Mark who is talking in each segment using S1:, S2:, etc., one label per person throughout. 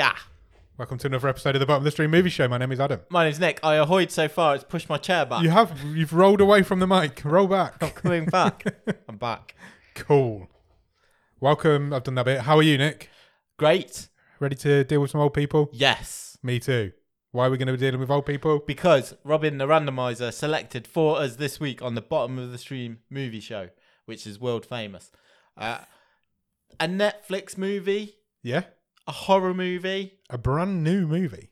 S1: Ah,
S2: Welcome to another episode of the Bottom of the Stream Movie Show. My name is Adam.
S1: My name's Nick. I ahoyed so far, it's pushed my chair back.
S2: You have you've rolled away from the mic. Roll
S1: I'm
S2: back.
S1: coming back. I'm back.
S2: Cool. Welcome. I've done that bit. How are you, Nick?
S1: Great.
S2: Ready to deal with some old people?
S1: Yes.
S2: Me too. Why are we going to be dealing with old people?
S1: Because Robin the randomizer selected for us this week on the Bottom of the Stream movie show, which is world famous. Uh, a Netflix movie,
S2: Yeah,
S1: a horror movie,
S2: a brand new movie.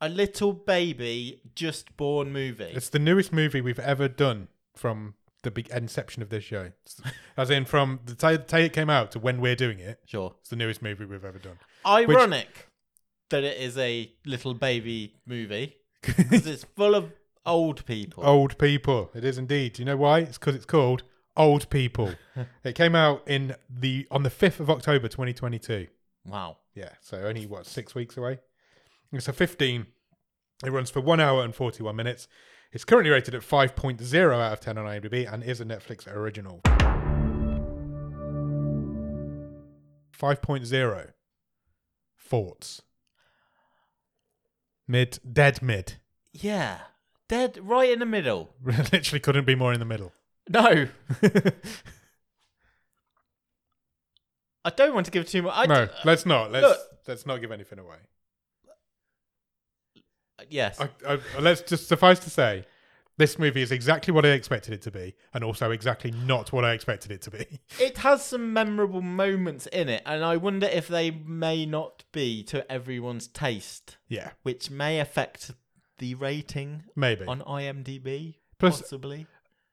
S1: a little baby just born movie.
S2: It's the newest movie we've ever done from the big inception of this show. It's- As in, from the day, day it came out to when we're doing it,
S1: sure.
S2: it's the newest movie we've ever done.
S1: Ironic that it is a little baby movie because it's full of old people.
S2: Old People. It is indeed. Do you know why? It's because it's called Old People. it came out in the on the fifth of October, twenty twenty two.
S1: Wow.
S2: Yeah, so only what six weeks away. It's a fifteen. It runs for one hour and forty one minutes. It's currently rated at 5.0 out of 10 on IMDb and is a Netflix original. 5.0 Thoughts. Mid, dead mid.
S1: Yeah. Dead right in the middle.
S2: Literally couldn't be more in the middle.
S1: No. I don't want to give too much. I
S2: no,
S1: d-
S2: let's not. Let's
S1: look.
S2: let's not give anything away.
S1: uh, yes.
S2: I, I, let's just suffice to say, this movie is exactly what I expected it to be, and also exactly not what I expected it to be.
S1: it has some memorable moments in it, and I wonder if they may not be to everyone's taste,
S2: Yeah,
S1: which may affect the rating
S2: maybe.
S1: on IMDb,
S2: Plus-
S1: possibly.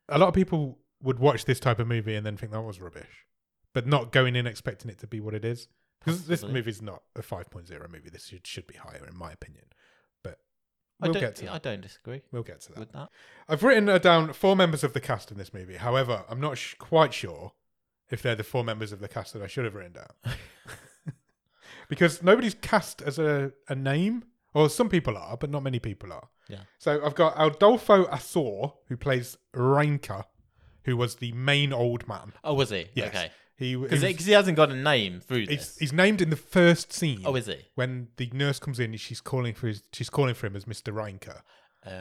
S2: A lot of people would watch this type of movie and then think that was rubbish, but not going in expecting it to be what it is. Because this
S1: Possibly.
S2: movie's not a 5.0 movie. This should, should be higher, in my opinion. But
S1: I
S2: we'll
S1: don't.
S2: get to
S1: I
S2: that.
S1: don't disagree
S2: We'll get to that.
S1: with that.
S2: I've written uh, down four members of the cast in this movie. However, I'm not sh- quite sure if they're the four members of the cast that I should have written down. because nobody's cast as a, a name, or some people are, but not many people are.
S1: Yeah.
S2: So I've got Adolfo Asor, who plays Ranka, who was the main old man.
S1: Oh, was he?
S2: Yes.
S1: Okay.
S2: He, he
S1: Because
S2: was-
S1: he hasn't got a name through
S2: he's,
S1: this.
S2: he's named in the first scene.
S1: oh, is he?
S2: when the nurse comes in, she's calling for his, she's calling for him as Mr. Ranka,
S1: Oh,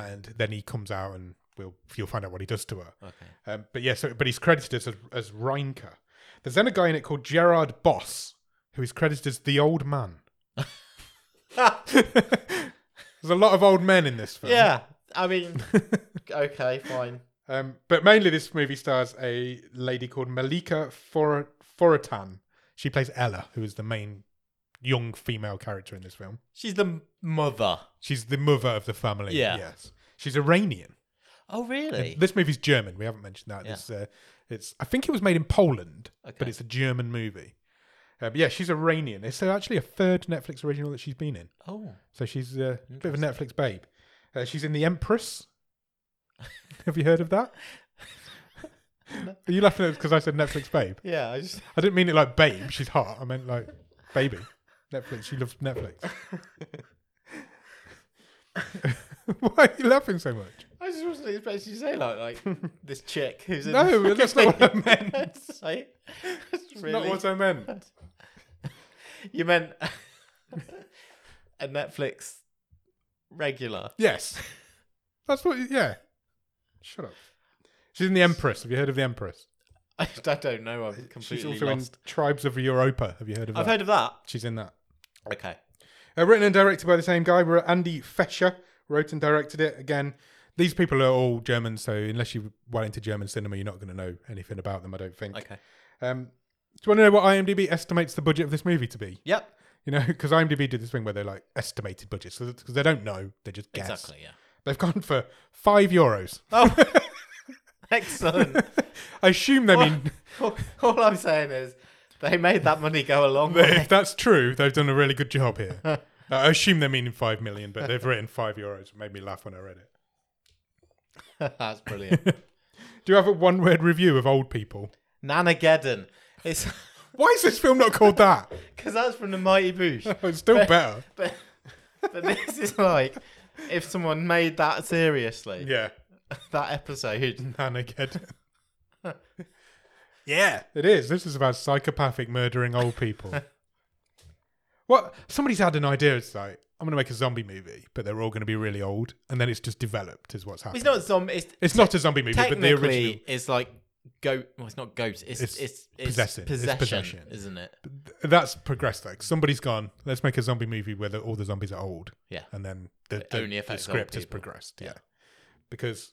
S2: and then he comes out and we'll you'll find out what he does to her.
S1: okay.
S2: Um, but yeah, so but he's credited as as Reinke. There's then a guy in it called Gerard Boss, who is credited as the old man. There's a lot of old men in this film.
S1: yeah. I mean, okay, fine.
S2: Um, but mainly this movie stars a lady called Malika For- Foratan. She plays Ella, who is the main young female character in this film.
S1: She's the m- mother.
S2: She's the mother of the family.
S1: Yeah.
S2: Yes. She's Iranian.
S1: Oh, really?
S2: This movie's German. We haven't mentioned that.
S1: Yeah.
S2: It's, uh, it's I think it was made in Poland, but
S1: Okay.
S2: it's a German movie. Uh, but yeah, she's Iranian. It's uh, actually a third Netflix original that she's been in.
S1: oh,
S2: So she's uh, a bit of a Netflix babe. Uh, she's in The Empress. Have you heard of that? Are you laughing at because I said Netflix babe?
S1: yeah. I just
S2: I didn't mean it like babe. She's hot. I meant like baby. Netflix. She loves Netflix. Why are you laughing so much?
S1: I just wasn't expecting you to say like like this chick who's in
S2: No, that's not what I meant.
S1: Say, really?
S2: Not what I meant.
S1: you meant a Netflix regular.
S2: Yes. That's what, yeah. Shut up. She's in The Empress. Have you heard of The Empress?
S1: I, I don't know. I'm completely
S2: She's also
S1: lost.
S2: in Tribes of Europa. Have you heard of
S1: I've
S2: that?
S1: heard of that.
S2: She's in that.
S1: Okay.
S2: Uh, written and directed by the same guy, we're Andy Fescher. Wrote and directed it. Again, these people are all German, so unless you're well into German cinema, you're not going to know anything about them, I don't think.
S1: Okay.
S2: Um, do you want to know what IMDb estimates the budget of this movie to be?
S1: Yep.
S2: You know, because IMDb do this thing where they're like estimated budgets, because they don't know, they just guess.
S1: Exactly. Yeah.
S2: They've gone for five euros.
S1: Oh, excellent.
S2: I assume they mean
S1: all, all I'm saying is they made that money go a long way.
S2: if that's true, they've done a really good job here. Uh, I assume they're meaning five million, but they've written five euros. It made me laugh when I read it.
S1: That's brilliant.
S2: Do you have a one-word review of old people?
S1: Nanageddon. It's
S2: Why is this film not called that?
S1: because that's from the Mighty Boosh.
S2: It's still better.
S1: But, but this is like if someone made that seriously,
S2: Yeah,
S1: that episode.
S2: Nanageddon. yeah, it is. This is about psychopathic murdering old people. What somebody's had an idea. It's like I'm going to make a zombie movie, but they're all going to be really old, and then it's just developed is what's happened.
S1: It's not zombie. It's
S2: It's not a zombie movie, but the original.
S1: technically it's like goat. Well, it's not ghost. It's
S2: It's
S1: it's, it's,
S2: possessing. It's
S1: possession,
S2: possession.
S1: isn't it?
S2: That's progressed. Like somebody's gone. Let's make a zombie movie where the, all the zombies are old.
S1: Yeah.
S2: and then the,
S1: It
S2: the,
S1: only
S2: the
S1: affects old
S2: script has
S1: people.
S2: progressed. Yeah.
S1: Yeah.
S2: because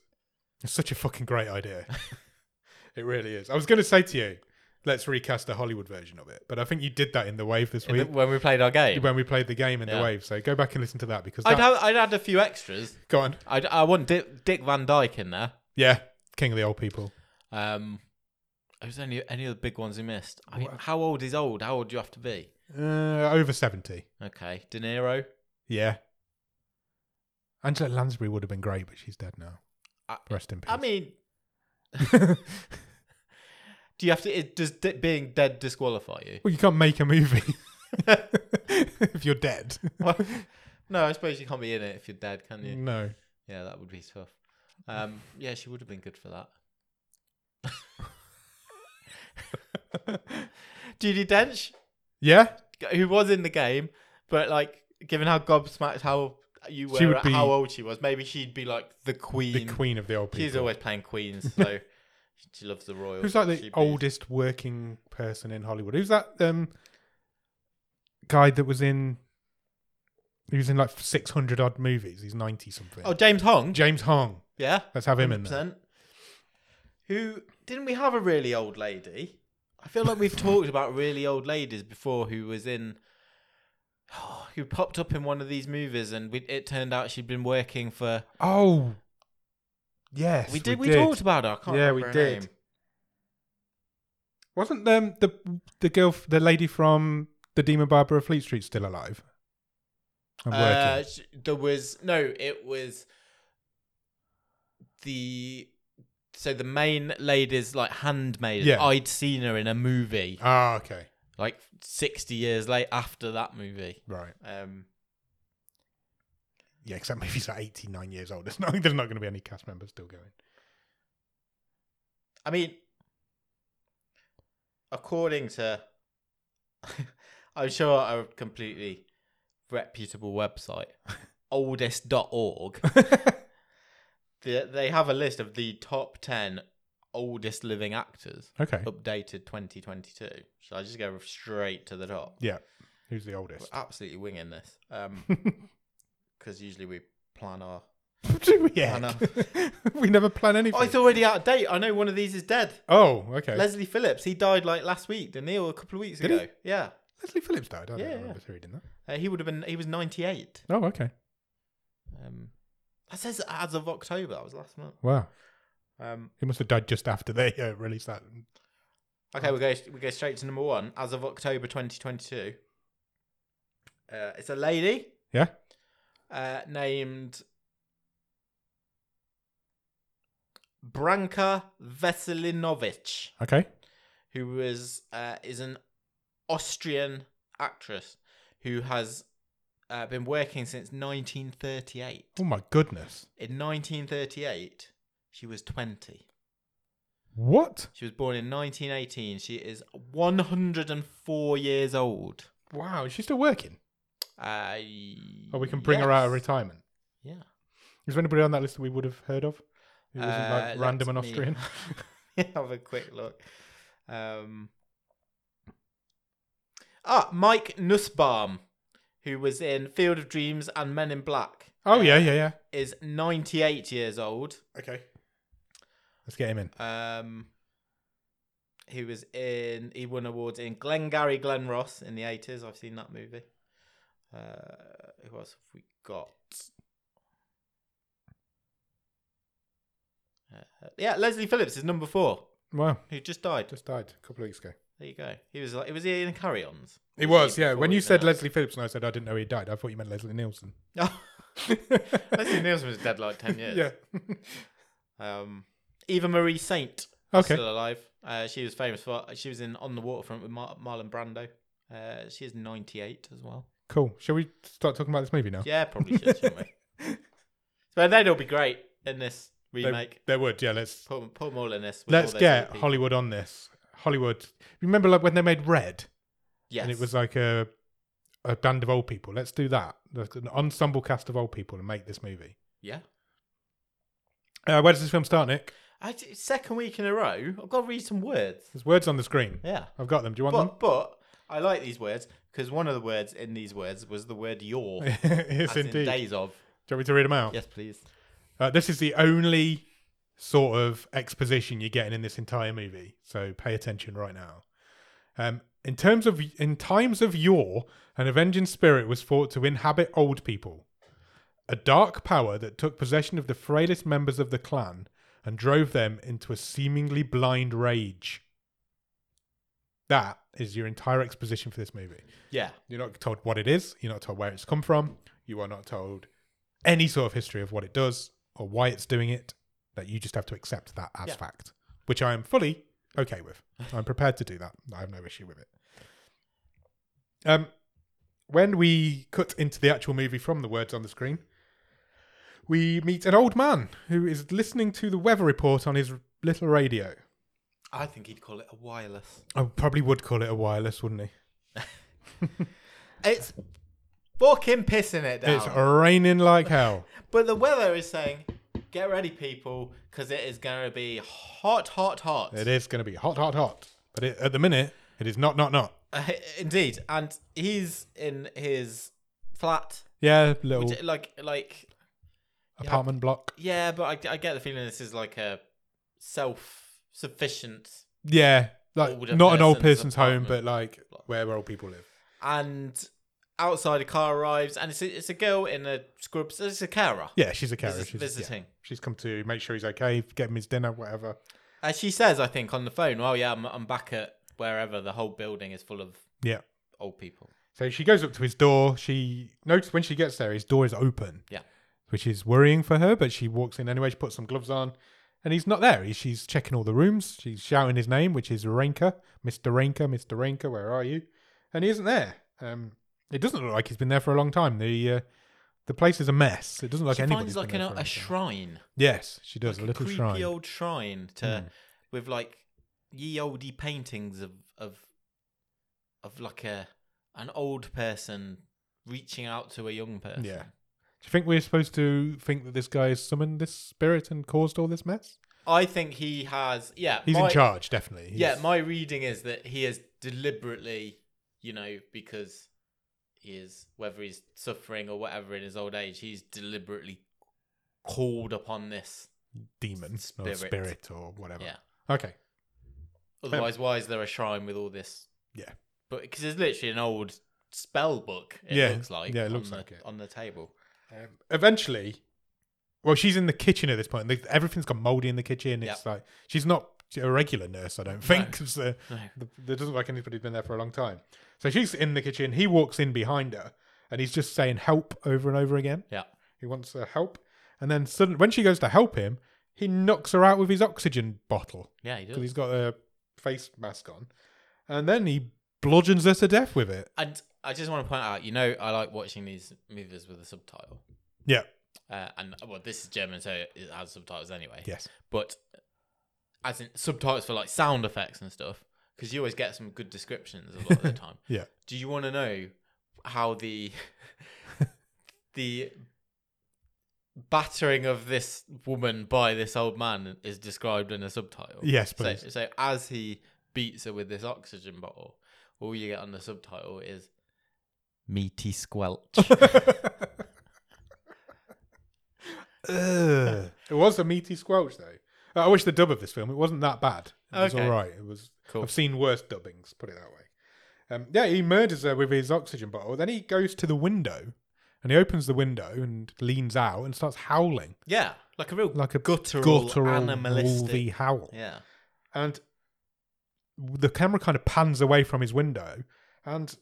S2: it's such a fucking great idea. it really is. I was going to say to you, let's recast the Hollywood version of it, but I think you did that in the wave this
S1: In the-
S2: week
S1: when we played our game,
S2: when we played the game in the
S1: Yeah.
S2: wave. So go back and listen to that because that,
S1: I'd have, I'd add a few extras.
S2: go on.
S1: I'd, I want Dick, Dick Van Dyke in there.
S2: Yeah, King of the Old People.
S1: Um, there's only any of the big ones we missed. I mean,
S2: What?
S1: how old is old? How old do you have to be?
S2: Uh, over seventy.
S1: Okay, De Niro.
S2: Yeah. Angela Lansbury would have been great, but she's dead now.
S1: I-
S2: Rest in peace.
S1: I mean, do you have to? It, does di- being dead disqualify you?
S2: Well, you can't make a movie if you're dead.
S1: Well, no, I suppose you can't be in it if you're dead, can you?
S2: No.
S1: Yeah, that would be tough. Um, yeah, she would have been good for that. Judy Dench,
S2: Yeah,
S1: who was in the game, but like, given how gobsmacked how you were
S2: She would
S1: at
S2: be-
S1: how old she was, maybe she'd be like the queen.
S2: the queen of the old people.
S1: She's always playing queens, so she loves the royal.
S2: Who's like the
S1: She'd be-
S2: oldest working person in Hollywood? Who's that um guy that was in? He was in like six hundred odd movies. He's ninety something.
S1: Oh, James Hong.
S2: James Hong.
S1: Yeah,
S2: Let's have him in there.
S1: 100%. Who didn't we have a really old lady? I feel like we've talked about really old ladies before who was in who popped up in one of these movies and we, it turned out she'd been working for
S2: Oh, yes,
S1: we did we, talked about her. I can't
S2: Yeah, we
S1: remember her
S2: did.
S1: name.
S2: Wasn't um, the the girl, f- the lady from the Demon Barber of Fleet Street, still alive? I'm working.
S1: Uh, sh- there was no, it was the so the main lady's like handmaid.
S2: Yeah.
S1: I'd seen her in a movie
S2: Ah, okay,
S1: like sixty years late after that movie.
S2: right.
S1: Um,
S2: Yeah, except maybe he's like 89 years old. There's not, there's not going to be any cast members still going.
S1: I mean, according to, I'm sure a completely reputable website, oldest.org, they, they have a list of the top 10 oldest living actors,
S2: Okay.
S1: updated 2022. Should I just go straight to the top?
S2: Yeah. Who's the
S1: We're
S2: oldest?
S1: absolutely winging this. Um 'cause because usually we plan our.
S2: Do we?
S1: know.
S2: heck? we never plan anything.
S1: Oh, it's already out of date. I know one of these is dead.
S2: oh, okay.
S1: Leslie Phillips, he died like last week, didn't he? Or a couple of weeks
S2: Did he?
S1: ago. Yeah.
S2: Leslie Phillips died. I
S1: Yeah,
S2: don't
S1: yeah.
S2: remember reading that.
S1: Uh, he would have been. He was ninety eight.
S2: Oh, okay.
S1: Um, that says as of October. That was last month.
S2: Wow.
S1: Um,
S2: He must have died just after they uh, released that.
S1: okay, we go. We go straight to number one. As of October twenty twenty two. Uh, it's a lady
S2: Yeah.
S1: uh, named Branka Veselinovich,
S2: Okay.
S1: who was uh, is an Austrian actress who has uh, been working since nineteen thirty eight.
S2: Oh my goodness.
S1: In 1938, she was 20.
S2: What?
S1: She was born in 1918. She is 104 years old.
S2: Wow. Is she still working?
S1: Uh,
S2: Oh, we can bring her out of
S1: yes.
S2: retirement.
S1: Yeah.
S2: Is there anybody on that list that we would have heard of? Who wasn't
S1: Uh,
S2: like
S1: let
S2: random and
S1: me-
S2: Austrian?
S1: have a quick look. Um, ah, Mike Nussbaum, who was in Field of Dreams and Men in Black, Uh,
S2: Oh, yeah, yeah, yeah.
S1: is 98 years old.
S2: Okay. Let's get him in.
S1: Um, he was in he won awards in Glengarry Glen Ross in the eighties. I've seen that movie. Uh, who else have we got? Uh, yeah, Leslie Phillips is number four,
S2: Wow.
S1: who just died.
S2: Just died a couple of weeks ago.
S1: There you go. He was like, it was he in Carry Ons.
S2: It was, yeah.
S1: before
S2: When
S1: he
S2: you
S1: was
S2: said
S1: out?
S2: Leslie Phillips and I said I didn't know he died, I thought you meant Leslie Nielsen.
S1: Leslie Nielsen was dead like ten years.
S2: Yeah.
S1: Um, Eva Marie Saint. is
S2: Okay.
S1: Still alive. Uh, she was famous for. She was in On the Waterfront with Mar- Marlon Brando. Uh, she is 98 as well.
S2: Cool. Shall we start talking about this movie now?
S1: Yeah, probably should, shouldn't we? So they'd all be great in this
S2: There-
S1: remake.
S2: There would, yeah. Let's
S1: Put, 'em- put 'em all in this. with
S2: let's
S1: all those
S2: get
S1: other people.
S2: Hollywood on this. Hollywood. Remember, like when they made Red,
S1: Yes.
S2: and it was like a a band of old people. Let's do that. Like an ensemble cast of old people and make this movie.
S1: Yeah.
S2: Uh, where does this film start, Nick?
S1: I, d- second week in a row, I've got to read some words.
S2: There's words on the screen.
S1: Yeah.
S2: I've got them. Do you want
S1: But, but I like these words because one of the words in these words was the word your.
S2: them? yes,
S1: as in
S2: indeed.
S1: days of.
S2: Do you want me to read them out?
S1: Yes, please.
S2: Uh, this is the only sort of exposition you're getting in this entire movie, so pay attention right now. Um, in terms of in times of yore, an avenging spirit was thought to inhabit old people, a dark power that took possession of the frailest members of the clan and drove them into a seemingly blind rage. That is your entire exposition for this movie.
S1: Yeah.
S2: You're not told what it is. You're not told where it's come from. You are not told any sort of history of what it does or why it's doing it. That you just have to accept that as
S1: Yeah.
S2: fact, which I am fully okay with. I'm prepared to do that. I have no issue with it. Um, when we cut into the actual movie from the words on the screen, we meet an old man who is listening to the weather report on his little radio.
S1: I think he'd call it a wireless.
S2: I probably would call it a wireless, wouldn't he?
S1: It's fucking pissing it down.
S2: It's raining like hell.
S1: but the weather is saying, get ready, people, because it is going to be hot, hot, hot.
S2: It is going to be hot, hot, hot. But it, at the minute, it is not, not, not.
S1: Uh, indeed. And he's in his flat.
S2: Yeah, little
S1: Which, like, like,
S2: apartment block.
S1: yeah, but I, I get the feeling this is like a self sufficient.
S2: Yeah, like
S1: Older
S2: not an old person's
S1: person's
S2: home, but
S1: apartment
S2: like where old people live.
S1: And outside, a car arrives, and it's a, it's a girl in a scrubs. It's a carer.
S2: Yeah, she's a carer.
S1: Visit-
S2: She's, yeah.
S1: visiting.
S2: she's come to make sure he's okay, get him his dinner, whatever.
S1: And she says, I think, on the phone, "Oh yeah, I'm, I'm back at wherever. The whole building is full of
S2: Yeah.
S1: old people."
S2: So she goes up to his door. She notices when she gets there, his door is open.
S1: Yeah.
S2: Which is worrying for her, but she walks in anyway. She puts some gloves on, and he's not there. He, she's checking all the rooms. She's shouting his name, which is Renka, Mr. Renka, Mr. Renka, where are you? And he isn't there. Um, it doesn't look like he's been there for a long time. The uh, the place is a mess. It doesn't look
S1: she
S2: like anybody's
S1: finds like
S2: been
S1: an,
S2: there
S1: a
S2: for long time.
S1: shrine,
S2: Yes, she does
S1: like
S2: a little
S1: creepy
S2: shrine. Hmm.
S1: old shrine to with like ye olde paintings of of of like a an old person reaching out to a young person.
S2: Yeah. Do you think we're supposed to think that this guy has summoned this spirit and caused all this mess?
S1: I think he has. Yeah,
S2: He's in
S1: my-
S2: charge, definitely. He's-
S1: Yeah, my reading is that he is deliberately, you know, because he is whether he's suffering or whatever in his old age, he's deliberately called upon this.
S2: demon or
S1: Spirit.
S2: spirit or whatever.
S1: Yeah.
S2: Okay.
S1: Otherwise, why is there a shrine with all this?
S2: Yeah.
S1: but because it's literally an old spell book. It
S2: Yeah,
S1: looks like
S2: yeah, it
S1: on
S2: looks
S1: the-
S2: like it.
S1: on the table.
S2: Um, eventually, well, she's in the kitchen at this point. Like, Everything's got moldy in the kitchen. It's like she's not a regular nurse, I don't think. 'cause, uh,
S1: No.
S2: the- there doesn't look like anybody's been there for a long time. So she's in the kitchen. He walks in behind her, and he's just saying "help" over and over again.
S1: Yeah,
S2: He wants her help, and then suddenly, when she goes to help him, he knocks her out with his oxygen bottle
S1: yeah, he
S2: because
S1: does.
S2: he's got a face mask on, and then he bludgeons her to death with it.
S1: And I just want to point out, you know, I like watching these movies with a subtitle.
S2: Yeah.
S1: Uh, and well, this is German, so it has subtitles anyway.
S2: Yes.
S1: but as in subtitles for like sound effects and stuff because you always get some good descriptions a lot of the time
S2: Yeah.
S1: do you want to know how the the battering of this woman by this old man is described in a subtitle
S2: Yes,
S1: so,
S2: please.
S1: so as he beats her with this oxygen bottle all you get on the subtitle is meaty squelch
S2: Ugh. It was a meaty squelch, though. Uh, I wish the dub of this film it wasn't that bad. It was
S1: Okay.
S2: all right. It was.
S1: Cool.
S2: I've seen worse dubbings. Put it that way. Um, yeah, he murders her with his oxygen bottle. Then he goes to the window, and he opens the window and leans out and starts howling
S1: yeah like a real
S2: like a
S1: guttural,
S2: guttural
S1: animalistic
S2: wolvy howl.
S1: yeah
S2: And the camera kind of pans away from his window, and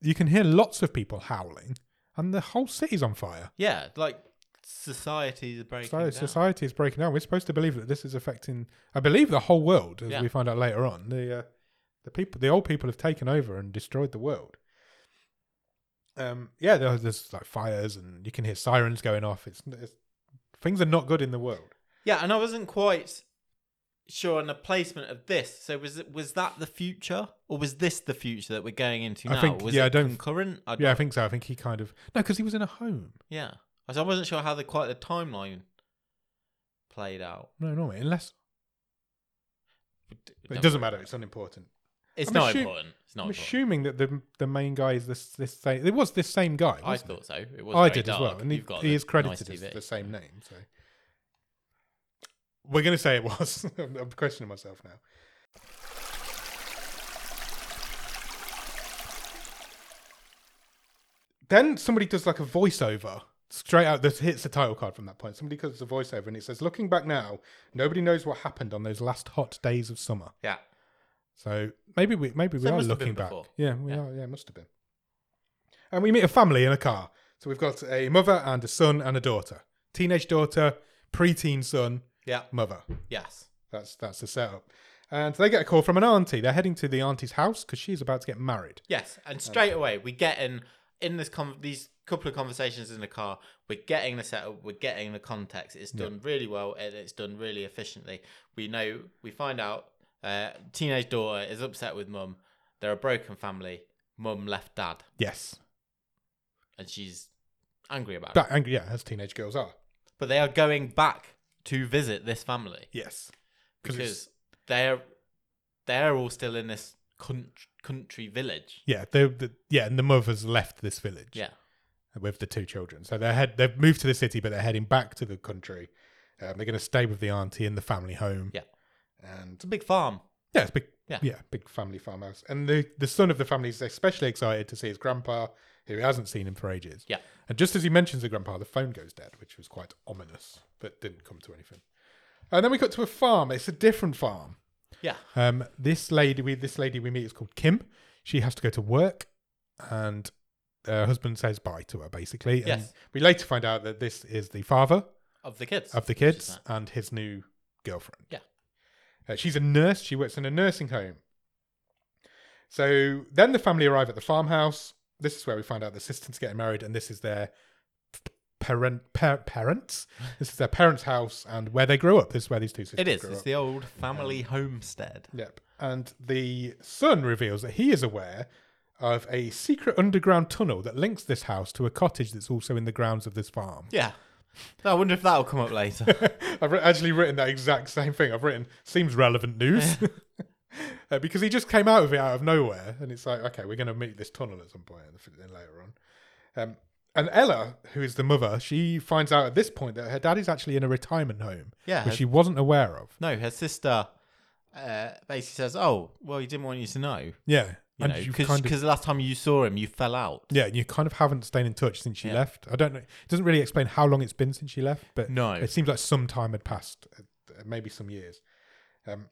S2: you can hear lots of people howling, and the whole city's on fire.
S1: yeah like society is breaking
S2: So
S1: down.
S2: society is breaking down. We're supposed to believe that this is affecting, I believe, the whole world, as
S1: Yeah.
S2: we find out later on. The uh, the people, the old people, have taken over and destroyed the world. Um, yeah, there- there's like fires, and you can hear sirens going off. It's, it's things are not good in the world.
S1: Yeah, and I wasn't quite sure on the placement of this. So was it was that the future, or was this the future that we're going into
S2: I
S1: now?
S2: think-
S1: was
S2: yeah,
S1: it
S2: I don't-
S1: concurrent? I
S2: Yeah, I think so. I think he kind of no, because he was in a home.
S1: yeah. I so I wasn't sure how the quite the timeline played out.
S2: No, normally, unless
S1: Don't-
S2: it doesn't matter. It's unimportant.
S1: It's
S2: I'm
S1: not
S2: assu-
S1: important. It's not
S2: I'm
S1: important.
S2: assuming that the the main guy is this this same. It was this same guy.
S1: I
S2: wasn't it?
S1: thought so. It was
S2: I
S1: very
S2: did
S1: dark.
S2: as well, and he,
S1: You've got
S2: he
S1: the
S2: is credited
S1: nice
S2: as
S1: TV.
S2: the same name. So we're going to say it was. I'm I'm questioning myself now. Then somebody does like a voiceover straight out. This hits the title card from that point. Somebody does a voiceover and it says, "Looking back now, nobody knows what happened on those last hot days of summer."
S1: Yeah.
S2: So maybe we maybe we
S1: So it
S2: are
S1: must have been
S2: looking back.
S1: before.
S2: Yeah, we
S1: Yeah.
S2: are. Yeah, it must have been. And we meet a family in a car. So we've got a mother and a son and a daughter. Teenage daughter, preteen son,
S1: Yeah.
S2: mother.
S1: Yes.
S2: That's that's the setup. And they get a call from an auntie. They're heading to the auntie's house because she's about to get married.
S1: Yes. And straight away we get in in this con these couple of conversations in the car. We're getting the setup. We're getting the context. It's done really well and it's done really efficiently. We know we find out uh, teenage daughter is upset with mum. They're a broken family. Mum left dad,
S2: Yes.
S1: and she's angry about it.
S2: That, and yeah, as teenage girls are.
S1: But they are going back to visit this family.
S2: Yes. it's-
S1: because they're they're all still in this country, country village.
S2: yeah, they the, yeah, and the mother's left this village.
S1: Yeah,
S2: with the two children. So they're head, they've moved to the city, but they're heading back to the country. Um, they're going to stay with the auntie in the family home.
S1: Yeah.
S2: and
S1: it's a big farm.
S2: yeah, it's big.
S1: Yeah.
S2: Yeah, big family farmhouse. And the the son of the family is especially excited to see his grandpa, who he hasn't seen him for ages.
S1: Yeah.
S2: and just as he mentions the grandpa, the phone goes dead, which was quite ominous, but didn't come to anything. And then we got to a farm. It's a different farm.
S1: Yeah,
S2: Um, this lady we this lady we meet is called Kim. She has to go to work, and her husband says bye to her basically. And
S1: Yes.
S2: we later find out that this is the father
S1: of the kids.
S2: of the
S1: She's
S2: kids
S1: like,
S2: and his new girlfriend.
S1: Yeah.
S2: Uh, she's a nurse. She works in a nursing home. So then the family arrive at the farmhouse. This is where we find out the sister's getting married, and this is their parent par- parents. this is their parents' house and where they grew up. This is where these two sisters
S1: It is.
S2: grew
S1: It's
S2: up.
S1: the old family homestead.
S2: Yep. And the son reveals that he is aware of a secret underground tunnel that links this house to a cottage that's also in the grounds of this farm.
S1: Yeah. I wonder if that'll come up later.
S2: I've writ- actually written that exact same thing. I've written, seems relevant news. Uh, because he just came out of it out of nowhere. And it's like, okay, we're going to meet this tunnel at some point in the- then later on. Um, and Ella, who is the mother, she finds out at this point that her dad is actually in a retirement home,
S1: Yeah,
S2: which she wasn't aware of.
S1: no, her sister uh, basically says, "Oh, well, he didn't want you to know, you
S2: Yeah.
S1: know,
S2: you've
S1: because
S2: kind of-
S1: the last time you saw him, you fell out."
S2: Yeah, and you kind of haven't stayed in touch since she
S1: Yeah.
S2: left. I don't know. It doesn't really explain how long it's been since she left, but
S1: No.
S2: it seems like some time had passed, uh, maybe some years. Um,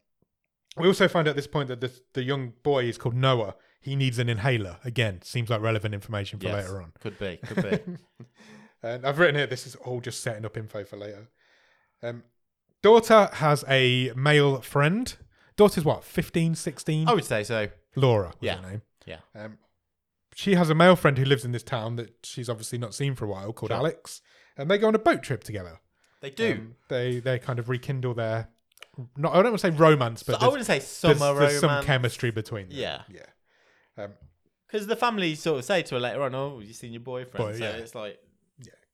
S2: we also find at this point that the, the young boy is called Noah. He needs an inhaler. Again, seems like relevant information for
S1: Yes.
S2: later on.
S1: Could be. Could be.
S2: And I've written here, this is all just setting up info for later. Um, daughter has a male friend. Daughter's what, 15, 16?
S1: I would say so.
S2: Laura was
S1: Yeah.
S2: her name.
S1: Yeah.
S2: Um, she has a male friend who lives in this town that she's obviously not seen for a while called
S1: Sure.
S2: Alex, and they go on a boat trip together.
S1: They do.
S2: Um, they they kind of rekindle their not I don't want to say romance,
S1: so
S2: but
S1: I
S2: there's,
S1: wouldn't say
S2: there's-
S1: summer
S2: there's
S1: romance.
S2: some chemistry between them.
S1: Yeah.
S2: Yeah. Um,
S1: Because the family sort of say to her later on, "Oh, you seen your
S2: Boy,
S1: boyfriend?" so
S2: yeah.
S1: it's like,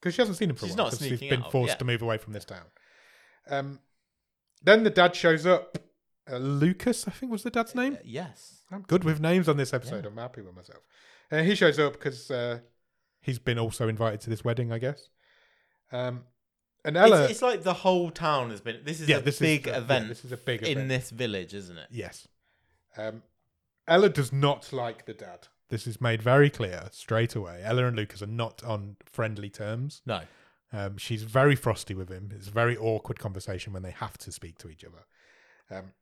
S2: because she hasn't seen him for
S1: She's
S2: a while.
S1: not
S2: 'cause she's
S1: sneaking
S2: been
S1: out,
S2: forced
S1: yeah.
S2: to move away from this town. Um, then the dad shows up. Uh, Lucas, I think was the dad's name.
S1: uh, yes,
S2: I'm good with names on this episode. I'm happy with myself. Uh, he shows up because uh, he's been also invited to this wedding, I guess. Um, and Ella,
S1: it's, it's like the whole town has been. This is
S2: yeah,
S1: a
S2: this
S1: big
S2: is the- yeah,
S1: event
S2: this is a big
S1: in
S2: event.
S1: this village, isn't it?
S2: yes. Um, Ella does not like the dad. This is made very clear straight away. Ella and Lucas are not on friendly terms.
S1: No,
S2: Um, she's very frosty with him. It's a very awkward conversation when they have to speak to each other. Um,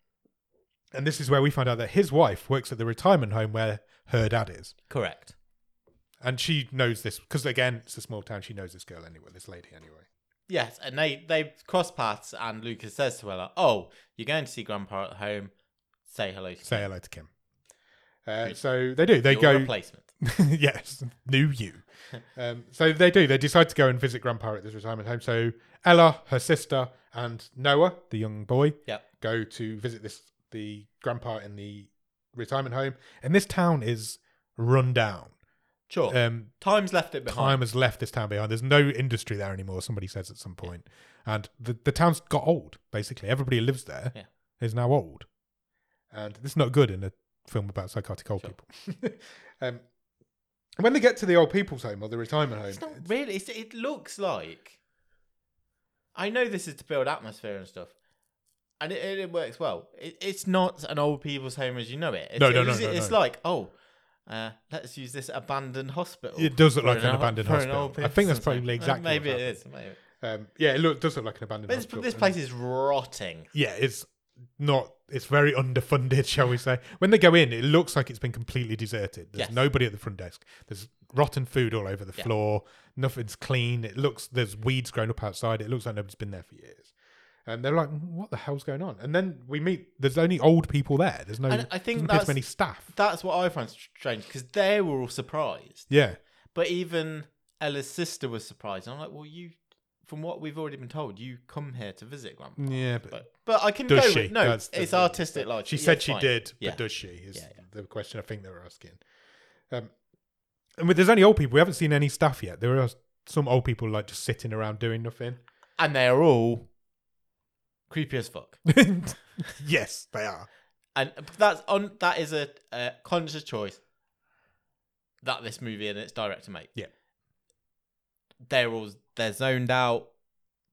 S2: and this is where we find out that his wife works at the retirement home where her dad is.
S1: correct.
S2: And she knows this because again, it's a small town. She knows this girl anyway, this lady anyway.
S1: Yes, and they they cross paths, and Lucas says to Ella, "Oh, you're going to see Grandpa at home. Say hello to
S2: Say
S1: me.
S2: hello to Kim. Uh, so they do. They
S1: Your
S2: go.
S1: replacement."
S2: yes, new you. Um, so they do. They decide to go and visit Grandpa at this retirement home. So Ella, her sister, and Noah, the young boy,
S1: Yep.
S2: go to visit this the grandpa in the retirement home. And this town is run down.
S1: Sure.
S2: Um,
S1: Time's left it
S2: time
S1: behind.
S2: has left this town behind. There's no industry there anymore. Somebody says at some point, and the the town's got old. Basically, everybody who lives there is
S1: Yeah.
S2: now old, and this is not good in a film about psychotic old
S1: Sure.
S2: people. um, when they get to the old people's home or the retirement home,
S1: It's not really. It's, it looks like. I know this is to build atmosphere and stuff, and it, it, it works well. It, it's not an old people's home as you know it. It's,
S2: No, no,
S1: it's,
S2: no, no,
S1: It's
S2: no.
S1: like oh, uh, let's use this abandoned hospital.
S2: it does look
S1: for
S2: like an
S1: o-
S2: abandoned
S1: for an
S2: hospital.
S1: old
S2: I think that's
S1: people's home.
S2: probably
S1: Uh,
S2: exactly.
S1: Maybe
S2: what's
S1: it
S2: happened.
S1: is. Maybe.
S2: Um, yeah, it look, does look like an abandoned
S1: But this,
S2: hospital.
S1: this
S2: and-
S1: place is rotting.
S2: yeah, it's not. It's very underfunded, shall we say? When they go in, it looks like it's been completely deserted. There's
S1: Yes.
S2: nobody at the front desk. There's rotten food all over the
S1: Yeah.
S2: floor. Nothing's clean. It looks there's weeds growing up outside. It looks like nobody's been there for years. And they're like, "Mm, "What the hell's going on?" And then we meet. There's only old people there. There's no.
S1: And I think
S2: doesn't appear to
S1: that's-
S2: be any staff.
S1: That's what I find strange because they were all surprised,
S2: Yeah,
S1: but even Ella's sister was surprised. And I'm like, well, you, from what we've already been told, you come here to visit Grandpa.
S2: yeah, but.
S1: But, but I can
S2: Mm. Does
S1: go
S2: she?
S1: with no.
S2: That's the-
S1: it's artistic life.
S2: She
S1: Yeah,
S2: said she
S1: fine.
S2: did,
S1: Yeah.
S2: but does she? Is
S1: Yeah,
S2: the question I think they were asking. Um, and with, there's only old people. We haven't seen any staff yet. There are some old people like just sitting around doing nothing.
S1: and they are all creepy as fuck.
S2: yes, they are.
S1: And that's on. That is a, a conscious choice that this movie and its director make.
S2: Yeah.
S1: they're all they're zoned out.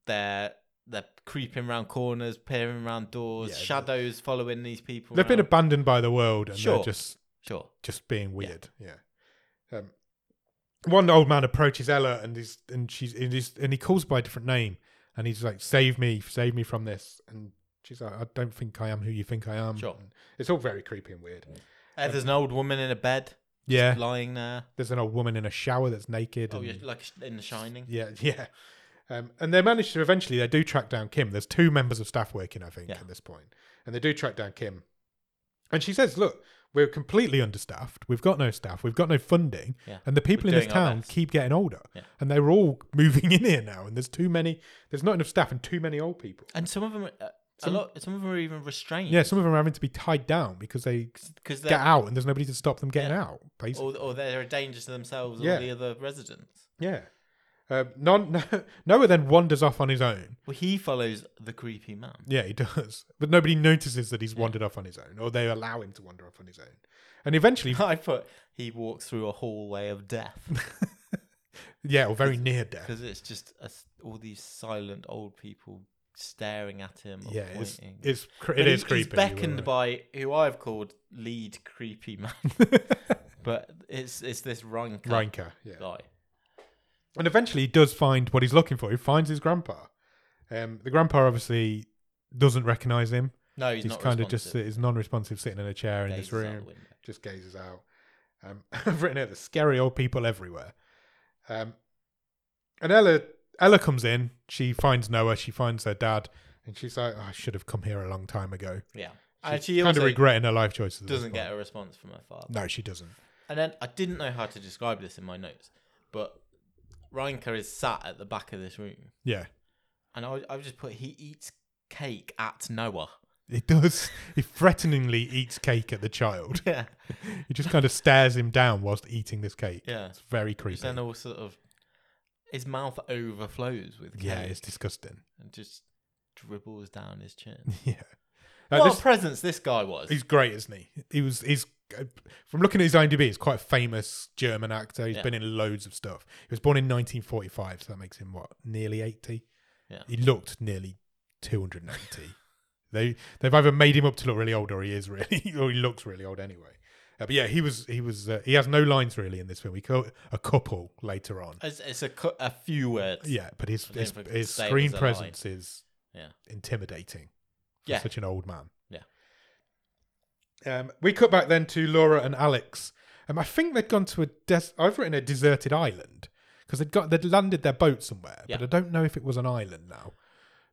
S1: They're they're creeping around corners, peering around doors,
S2: Yeah, the-
S1: shadows following these people.
S2: They've been
S1: around.
S2: abandoned by the world, and
S1: Sure.
S2: they're just
S1: sure.
S2: just being weird. Yeah. Um, one old man approaches Ella, and he's and she's and, he's, and he calls by a different name, and he's like, "Save me, save me from this." And she's like, "I don't think I am who you think I am."
S1: Sure.
S2: And it's all very creepy and weird.
S1: Uh, there's an old woman in a bed
S2: Yeah.
S1: lying there.
S2: There's an old woman in a shower that's naked.
S1: Oh,
S2: and-
S1: yeah, like in The Shining.
S2: yeah, yeah. Um, and they manage to eventually they do track down Kim. There's two members of staff working, I think,
S1: Yeah.
S2: at this point, and they do track down Kim. And she says, "Look, we're completely understaffed. We've got no staff. We've got no funding.
S1: Yeah.
S2: And the people
S1: We're
S2: in this
S1: doing our
S2: town
S1: best."
S2: keep getting older.
S1: Yeah.
S2: And they're all moving in here now. And there's too many. There's not enough staff and too many old people.
S1: And some of them, uh,
S2: Some-
S1: a lot. Some of them are even restrained.
S2: Yeah, some of them are having to be tied down because they
S1: because
S2: get
S1: they're
S2: out, and there's nobody to stop them getting
S1: Yeah.
S2: out. Basically,
S1: or, or they're a danger to themselves or
S2: Yeah.
S1: the other residents.
S2: yeah. Um, non, Noah then wanders off on his own.
S1: Well, he follows the creepy man.
S2: Yeah, he does. But nobody notices that he's wandered off on his own, or they allow him to wander off on his own. And eventually,
S1: I put he walks through a hallway of death
S2: yeah, or very near death.
S1: because it's just a s all these silent old people staring at him. Or
S2: Yeah, it's
S1: pointing.
S2: it's cre-
S1: But
S2: it is
S1: he's,
S2: creepy.
S1: He's beckoned by who I've called lead creepy man, but it's it's this ranker
S2: Reinker, yeah.
S1: guy.
S2: And eventually, he does find what he's looking for. He finds his grandpa. Um, the grandpa obviously doesn't recognize him.
S1: No, he's,
S2: He's,
S1: not
S2: kind of just
S1: responsive.
S2: is non-responsive, sitting in a chair in
S1: Gazes
S2: this
S1: out the
S2: room.
S1: window.
S2: just gazes out. Um, I've written here the scary old people everywhere. Um, and Ella Ella comes in. She finds Noah. She finds her dad, and she's like, "Oh, "I should have come here a long time ago."
S1: Yeah,
S2: She's
S1: and she
S2: kind
S1: also
S2: of regretting her life choices. at this
S1: doesn't
S2: point.
S1: get a response from her father.
S2: No, she doesn't.
S1: And then I didn't know how to describe this in my notes, but Reinker is sat at the back of this room,
S2: Yeah,
S1: and I, I just put he eats cake at Noah.
S2: it does. he threateningly eats cake at the child.
S1: Yeah,
S2: He just kind of stares him down whilst eating this cake.
S1: yeah.
S2: It's very
S1: He's
S2: creepy.
S1: then all sort of his mouth overflows with cake
S2: Yeah, it's disgusting.
S1: and just dribbles down his chin.
S2: Yeah. Like,
S1: what
S2: this-
S1: a presence this guy was!
S2: He's great, isn't he? He was. He's from looking at his IMDb, he's quite a famous German actor. He's
S1: Yeah.
S2: been in loads of stuff. He was born in 1945, so that makes him what nearly 80.
S1: Yeah.
S2: He looked nearly 280. they they've either made him up to look really old, or he is really, or he looks really old anyway. Uh, but yeah, he was. He was. Uh, he has no lines really in this film. We call a couple later on.
S1: It's, it's a, cu- a few words.
S2: Yeah, but his
S1: I don't
S2: his,
S1: know if I can
S2: his
S1: say it
S2: screen
S1: was a line.
S2: presence is
S1: Yeah.
S2: intimidating. for
S1: Yeah.
S2: such an old man.
S1: Yeah.
S2: Um, we cut back then to Laura and Alex. Um, I think they'd gone to a des- I've written a deserted island because they'd got they'd landed their boat somewhere,
S1: Yeah.
S2: but I don't know if it was an island now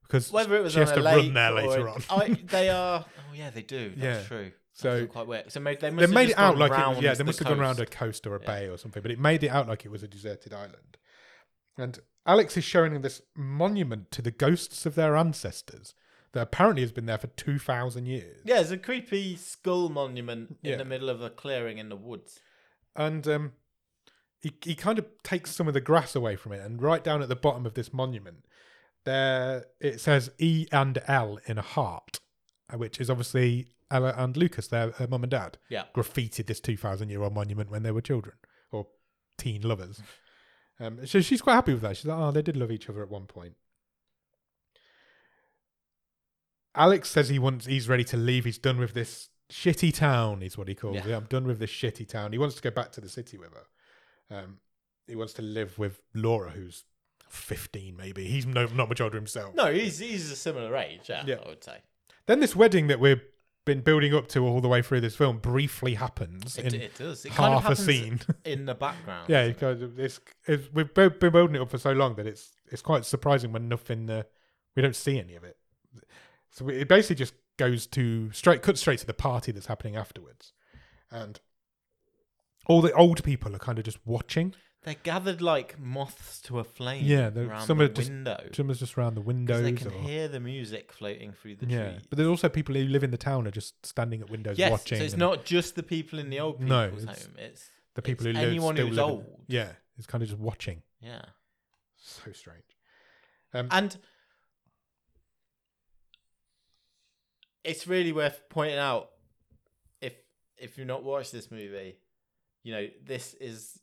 S2: because
S1: Whether it was
S2: she
S1: on
S2: has
S1: a
S2: to
S1: lake
S2: run there
S1: or
S2: later
S1: a-
S2: on.
S1: I, they are. Oh yeah, they do. That's
S2: Yeah.
S1: true.
S2: So-
S1: So quite work. So maybe they
S2: they
S1: must have
S2: made
S1: just
S2: it out
S1: gone
S2: like it was,
S1: round
S2: yeah, they
S1: the
S2: must have gone around a
S1: coast.
S2: coast or a
S1: Yeah.
S2: bay or something, but it made it out like it was a deserted island. And Alex is showing him this monument to the ghosts of their ancestors that apparently has been there for 2,000 years.
S1: Yeah, it's a creepy skull monument in
S2: Yeah.
S1: the middle of a clearing in the woods.
S2: and um, he he kind of takes some of the grass away from it, and right down at the bottom of this monument, there it says E and L in a heart, uh, which is obviously Ella and Lucas, their her mum and dad,
S1: Yeah.
S2: graffitied this two thousand year old monument when they were children or teen lovers. Um, so she's quite happy with that. She's like, oh, they did love each other at one point. Alex says he wants he's ready to leave. He's done with this shitty town, is what he calls
S1: Yeah.
S2: it. I'm done with this shitty town. He wants to go back to the city with her. Um, he wants to live with Laura, who's 15 maybe. He's no, not much older himself.
S1: No, he's he's a similar age. Yeah,
S2: Yeah.
S1: I would say
S2: Then this wedding that we've been building up to all the way through this film briefly happens
S1: it,
S2: in
S1: it does. It kind of
S2: half a
S1: happens
S2: scene.
S1: in the background.
S2: yeah,
S1: doesn't
S2: it's, kind of- it's, it's we've bo- been building it up for so long that it's it's quite surprising when nothing uh, we don't see any of it. So it basically just goes to straight cuts straight to the party that's happening afterwards, and all the old people are kind of just watching.
S1: it? they're gathered like moths to a flame.
S2: Yeah, they're-
S1: around
S2: some
S1: the
S2: are just-
S1: window. 'cause
S2: Someone's just around the windows.
S1: they can
S2: or,
S1: hear the music floating through the
S2: yeah,
S1: trees.
S2: but there's also people who live in the town are just standing at windows
S1: Yes,
S2: watching.
S1: so it's
S2: and
S1: not just the people in the old people's
S2: No, it's-
S1: home. It's
S2: the people
S1: it's
S2: who live
S1: anyone
S2: still
S1: who's
S2: live in-
S1: old.
S2: Yeah, it's kind of just watching.
S1: yeah.
S2: So strange. Um,
S1: And it's really worth pointing out if if you've not watched this movie, you know, this is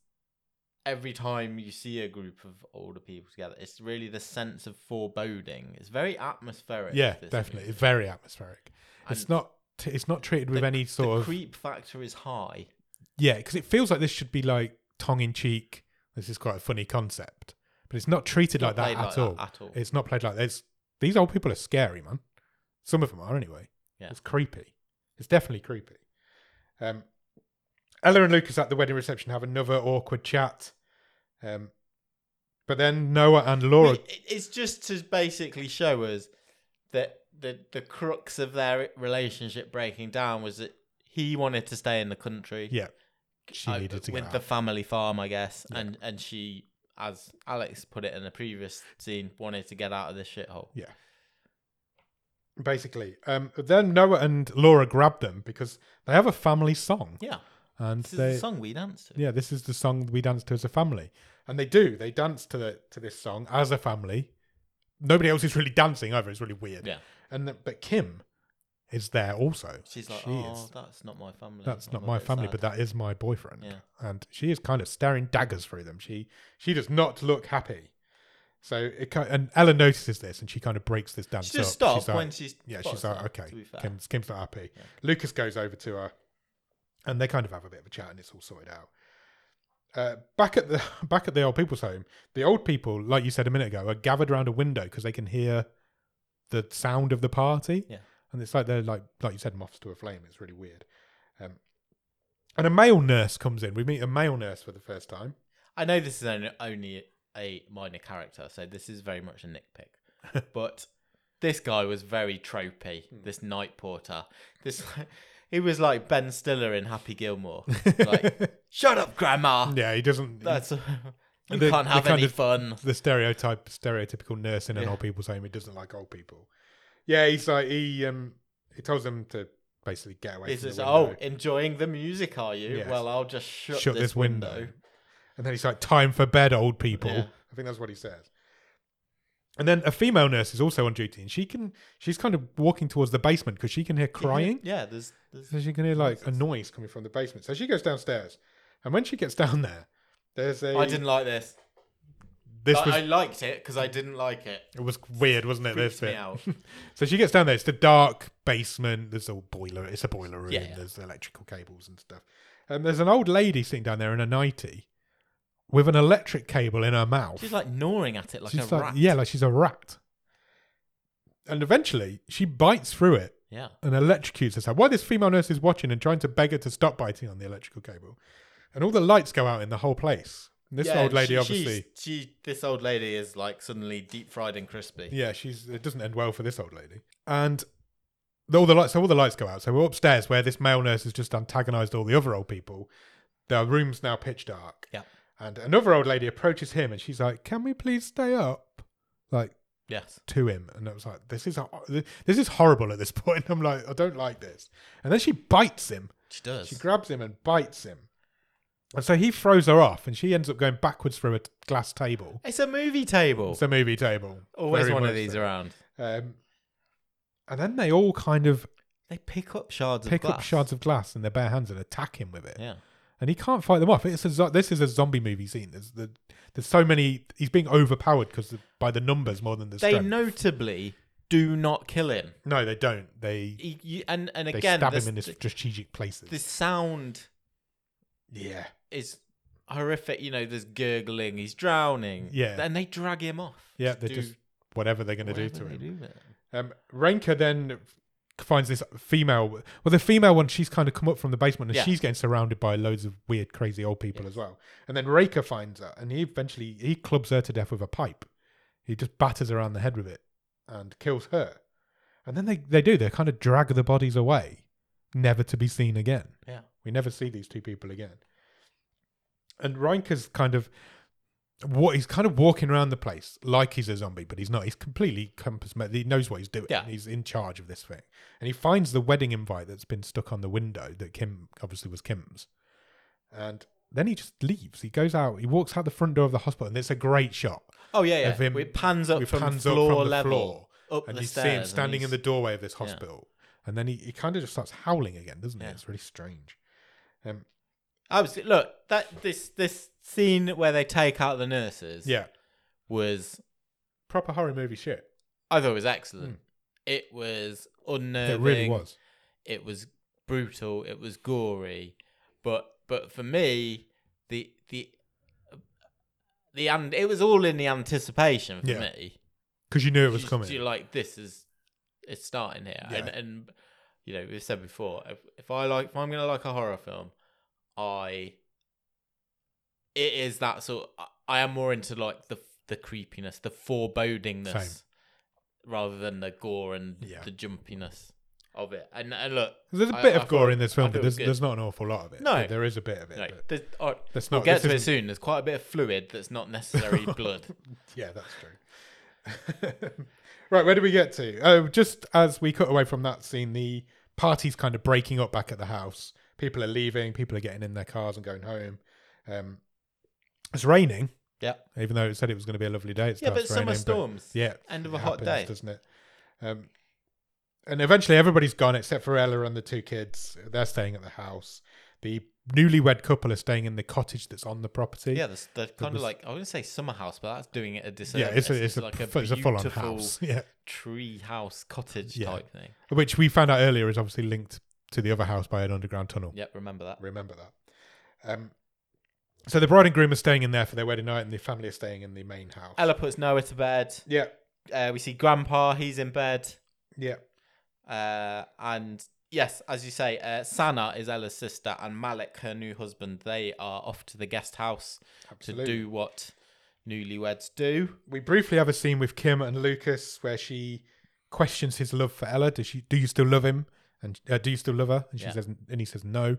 S1: every time you see a group of older people together, it's really the sense of foreboding. It's very atmospheric.
S2: yeah,
S1: this
S2: definitely,
S1: movie.
S2: it's very atmospheric. it's
S1: And
S2: not t- it's not treated with
S1: the-
S2: any
S1: the
S2: sort of
S1: creep factor is high.
S2: yeah because it feels like this should be like tongue in cheek this is quite a funny concept but it's not treated
S1: Not
S2: like that
S1: played
S2: at
S1: like that
S2: all
S1: at all.
S2: it's not played like this these old people are scary man some of them are anyway
S1: Yeah.
S2: it's creepy it's definitely creepy um ella and lucas at the wedding reception have another awkward chat um but then noah and laura
S1: It- It's just to basically show us that the the crux of their relationship breaking down was that he wanted to stay in the country.
S2: yeah she
S1: uh,
S2: needed to
S1: with
S2: get
S1: the
S2: out.
S1: family farm, I guess, and and she, as Alex put it in the previous scene, wanted to get out of this shithole.
S2: Yeah. basically um then noah and laura grab them because they have a family song
S1: Yeah,
S2: and
S1: this is
S2: they
S1: the song we danced to.
S2: yeah this is the song we dance to as a family and they do they dance to the to this song as a family nobody else is really dancing either it's really weird
S1: Yeah.
S2: and the, but kim is there also
S1: She's like,
S2: She
S1: oh,
S2: is-
S1: that's not my family.
S2: that's
S1: I'm
S2: not
S1: a
S2: my
S1: bit
S2: family
S1: sad."
S2: but that is my boyfriend
S1: Yeah.
S2: and she is kind of staring daggers through them she she does not look happy so it ki- and ella notices this and she kind of breaks this dance
S1: she just
S2: up
S1: stopped
S2: She's like-
S1: when she's
S2: yeah,
S1: spots
S2: she's like,
S1: her,
S2: okay,
S1: To be fair.
S2: Kim, Kim's not happy. Lucas goes over to her, and they kind of have a bit of a chat, and it's all sorted out. Uh, back at the back at the old people's home, the old people, like you said a minute ago, are gathered around a window because they can hear the sound of the party.
S1: Yeah.
S2: and it's like they're like like you said, moths to a flame. It's really weird. Um, and a male nurse comes in. We meet a male nurse for the first time.
S1: I know this is only, only a minor character, so this is very much a nitpick. but this guy was very tropey.
S2: Hmm.
S1: This night porter. This he was like Ben Stiller in Happy Gilmore. Like, shut up, Grandma.
S2: Yeah, he doesn't.
S1: That's you
S2: The-
S1: can't
S2: the
S1: have
S2: kind
S1: any
S2: of-
S1: fun.
S2: the stereotype stereotypical nurse in an
S1: Yeah.
S2: old people's home who doesn't like old people. Yeah, he's like he um he tells them to basically get away
S1: He
S2: from
S1: says,
S2: the
S1: "Oh,
S2: window.
S1: enjoying the music, are you?
S2: Yes.
S1: Well, I'll just shut,
S2: shut
S1: this, window.
S2: And then he's like, Time for bed, old people.
S1: Yeah.
S2: I think that's what he says. And then a female nurse is also on duty and she can she's kind of walking towards the basement because she can hear crying.
S1: Yeah, there's, there's
S2: So she can hear like a noise coming from the basement. So she goes downstairs. And when she gets down there, there's a
S1: I didn't like this.
S2: this
S1: Like,
S2: was
S1: I liked it because I didn't like it.
S2: It was weird, wasn't it? This
S1: Freaked
S2: bit.
S1: me out.
S2: so she gets down there. It's the dark basement. There's a boiler. It's a boiler room.
S1: Yeah, yeah.
S2: There's electrical cables and stuff. And there's an old lady sitting down there in a nighty with an electric cable in her mouth.
S1: She's like gnawing at it like
S2: She's
S1: a
S2: like-
S1: rat.
S2: yeah, like she's a rat. And eventually, she bites through it
S1: yeah.
S2: and electrocutes herself. While this female nurse is watching and trying to beg her to stop biting on the electrical cable, and all the lights go out in the whole place. And this
S1: Yeah,
S2: old lady
S1: she-
S2: obviously.
S1: she's- she this old lady is like suddenly deep fried and crispy.
S2: Yeah, she's it doesn't end well for this old lady. And all the lights, so all the lights go out. So we're upstairs where this male nurse has just antagonised all the other old people. Their room's now pitch dark.
S1: Yeah.
S2: And another old lady approaches him and she's like, Can we please stay up? Like,
S1: Yes.
S2: to him. And I was like, This is, this is horrible at this point. I'm like, I don't like this. And then she bites him.
S1: She does.
S2: She grabs him and bites him. And so he throws her off and she ends up going backwards through a t- glass table.
S1: it's a movie table.
S2: It's a movie table.
S1: Always
S2: Very
S1: one of
S2: much
S1: these
S2: so.
S1: around.
S2: Um, and then they all kind of
S1: They pick up shards
S2: pick
S1: of glass.
S2: up shards of glass in their bare hands and attack him with it.
S1: Yeah.
S2: And he can't fight them off. It's a zo- this is a zombie movie scene. There's the, there's so many. He's being overpowered because by the numbers more than the
S1: They
S2: strength.
S1: notably do not kill him.
S2: no, they don't. They
S1: He, you, and and
S2: they
S1: again,
S2: stab
S1: this-
S2: him in his strategic places.
S1: the sound
S2: yeah,
S1: is horrific. You know, there's gurgling. He's drowning.
S2: Yeah.
S1: And they drag him off.
S2: yeah.
S1: to
S2: They're
S1: do
S2: just whatever they're going to do
S1: whatever
S2: to
S1: they
S2: him.
S1: do with it.
S2: Um, Renka then finds this female. Well, the female one, she's kind of come up from the basement and
S1: Yeah.
S2: she's getting surrounded by loads of weird, crazy old people as well. And then Raker finds her and he eventually he clubs her to death with a pipe. He just batters her around the head with it and kills her. And then they, they do, they kind of drag the bodies away, never to be seen again.
S1: Yeah.
S2: We never see these two people again. And Reinker's kind of what he's kind of walking around the place like he's a zombie, but he's not. He's completely compass. He knows what he's doing.
S1: Yeah.
S2: He's in charge of this thing, and he finds the wedding invite that's been stuck on the window that Kim obviously was Kim's, and then he just leaves. He goes out. He walks out the front door of the hospital, and it's a great shot.
S1: Oh yeah, yeah.
S2: Of him-
S1: it pans up
S2: He
S1: from
S2: pans
S1: floor
S2: up from
S1: level
S2: the floor,
S1: up
S2: and
S1: the
S2: you
S1: stairs.
S2: see him
S1: and
S2: standing in the
S1: he's-
S2: doorway of this
S1: Yeah.
S2: hospital, and then he, he kind of just starts howling again, doesn't he?
S1: Yeah.
S2: It's really strange. Um,
S1: I was look that this this scene where they take out the nurses.
S2: yeah,
S1: was
S2: proper horror movie shit.
S1: I thought it was excellent. It was unnerving.
S2: Hmm. It really was.
S1: It was brutal. It was gory. But but for me, the the the and it was all in the anticipation for
S2: Yeah.
S1: me.
S2: Because you knew it was
S1: You-
S2: coming.
S1: You're like, this is it's starting here, and
S2: Yeah.
S1: and you know we've said before, if, if I like, if I'm gonna like a horror film, I it is that sort. I- I am more into like the the creepiness, the forebodingness,
S2: Same.
S1: rather than the gore and
S2: Yeah.
S1: the jumpiness of it. And, and look,
S2: There's a
S1: I-
S2: bit
S1: I
S2: of gore
S1: thought-
S2: in this
S1: I
S2: film,
S1: thought
S2: but
S1: it
S2: there's,
S1: was
S2: there's not an awful lot of it.
S1: No.
S2: But there is a bit of it.
S1: good.
S2: but
S1: No, there's- all right,
S2: That's
S1: we'll
S2: not.
S1: get
S2: this
S1: to it
S2: isn't-
S1: soon. There's quite a bit of fluid that's not necessarily blood.
S2: Yeah, that's true. right, where do we get to? Oh, just as we cut away from that scene, the party's kind of breaking up back at the house. People are leaving. People are getting in their cars and going home. Um, it's raining,
S1: Yeah,
S2: even though it said it was going to be a lovely day. It
S1: yeah, but
S2: starts
S1: summer
S2: raining, but-
S1: storms.
S2: Yeah.
S1: End of
S2: it
S1: a hot
S2: happens,
S1: day.
S2: doesn't it? Um, and eventually, everybody's gone except for Ella and the two kids. They're staying at the house. The newlywed couple are staying in the cottage that's on the property.
S1: Yeah, that's the kind
S2: was-
S1: of like I wouldn't say summer house, but that's doing it a disservice.
S2: yeah, it's a it's, a,
S1: like
S2: it's a full on
S1: beautiful
S2: house. Yeah,
S1: tree house cottage
S2: Yeah.
S1: type thing.
S2: which we found out earlier is obviously linked to the other house by an underground tunnel.
S1: Yep, remember that.
S2: Remember that. Um, so the bride and groom are staying in there for their wedding night, and the family are staying in the main house.
S1: Ella puts Noah to bed.
S2: Yeah,
S1: Uh, we see Grandpa; he's in bed.
S2: yeah,
S1: Uh, and yes, as you say, uh, Sana is Ella's sister, and Malik, her new husband. They are off to the guest house
S2: absolutely.
S1: to do what newlyweds do.
S2: we briefly have a scene with Kim and Lucas where she questions his love for Ella. Does she? Do you still love him? And uh, do you still love her? And she
S1: Yeah.
S2: says, and he says, no.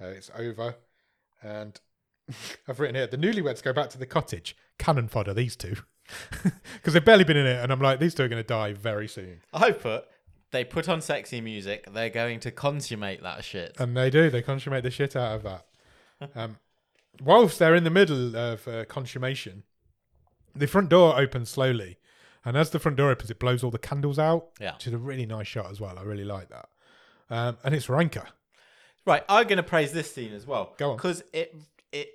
S2: Uh, it's over. And I've written here: the newlyweds go back to the cottage. Cannon fodder these two, because they've barely been in it, and I'm like, these two are going to die very soon.
S1: I put they put on sexy music. They're going to consummate that shit.
S2: And they do. They consummate the shit out of that. Um, whilst they're in the middle of uh, consummation, the front door opens slowly. And as the front door opens, it blows all the candles out,
S1: Yeah.
S2: which is a really nice shot as well. I really like that. Um, and it's Ranker.
S1: Right, I'm going to praise this scene as well.
S2: Go on.
S1: because it it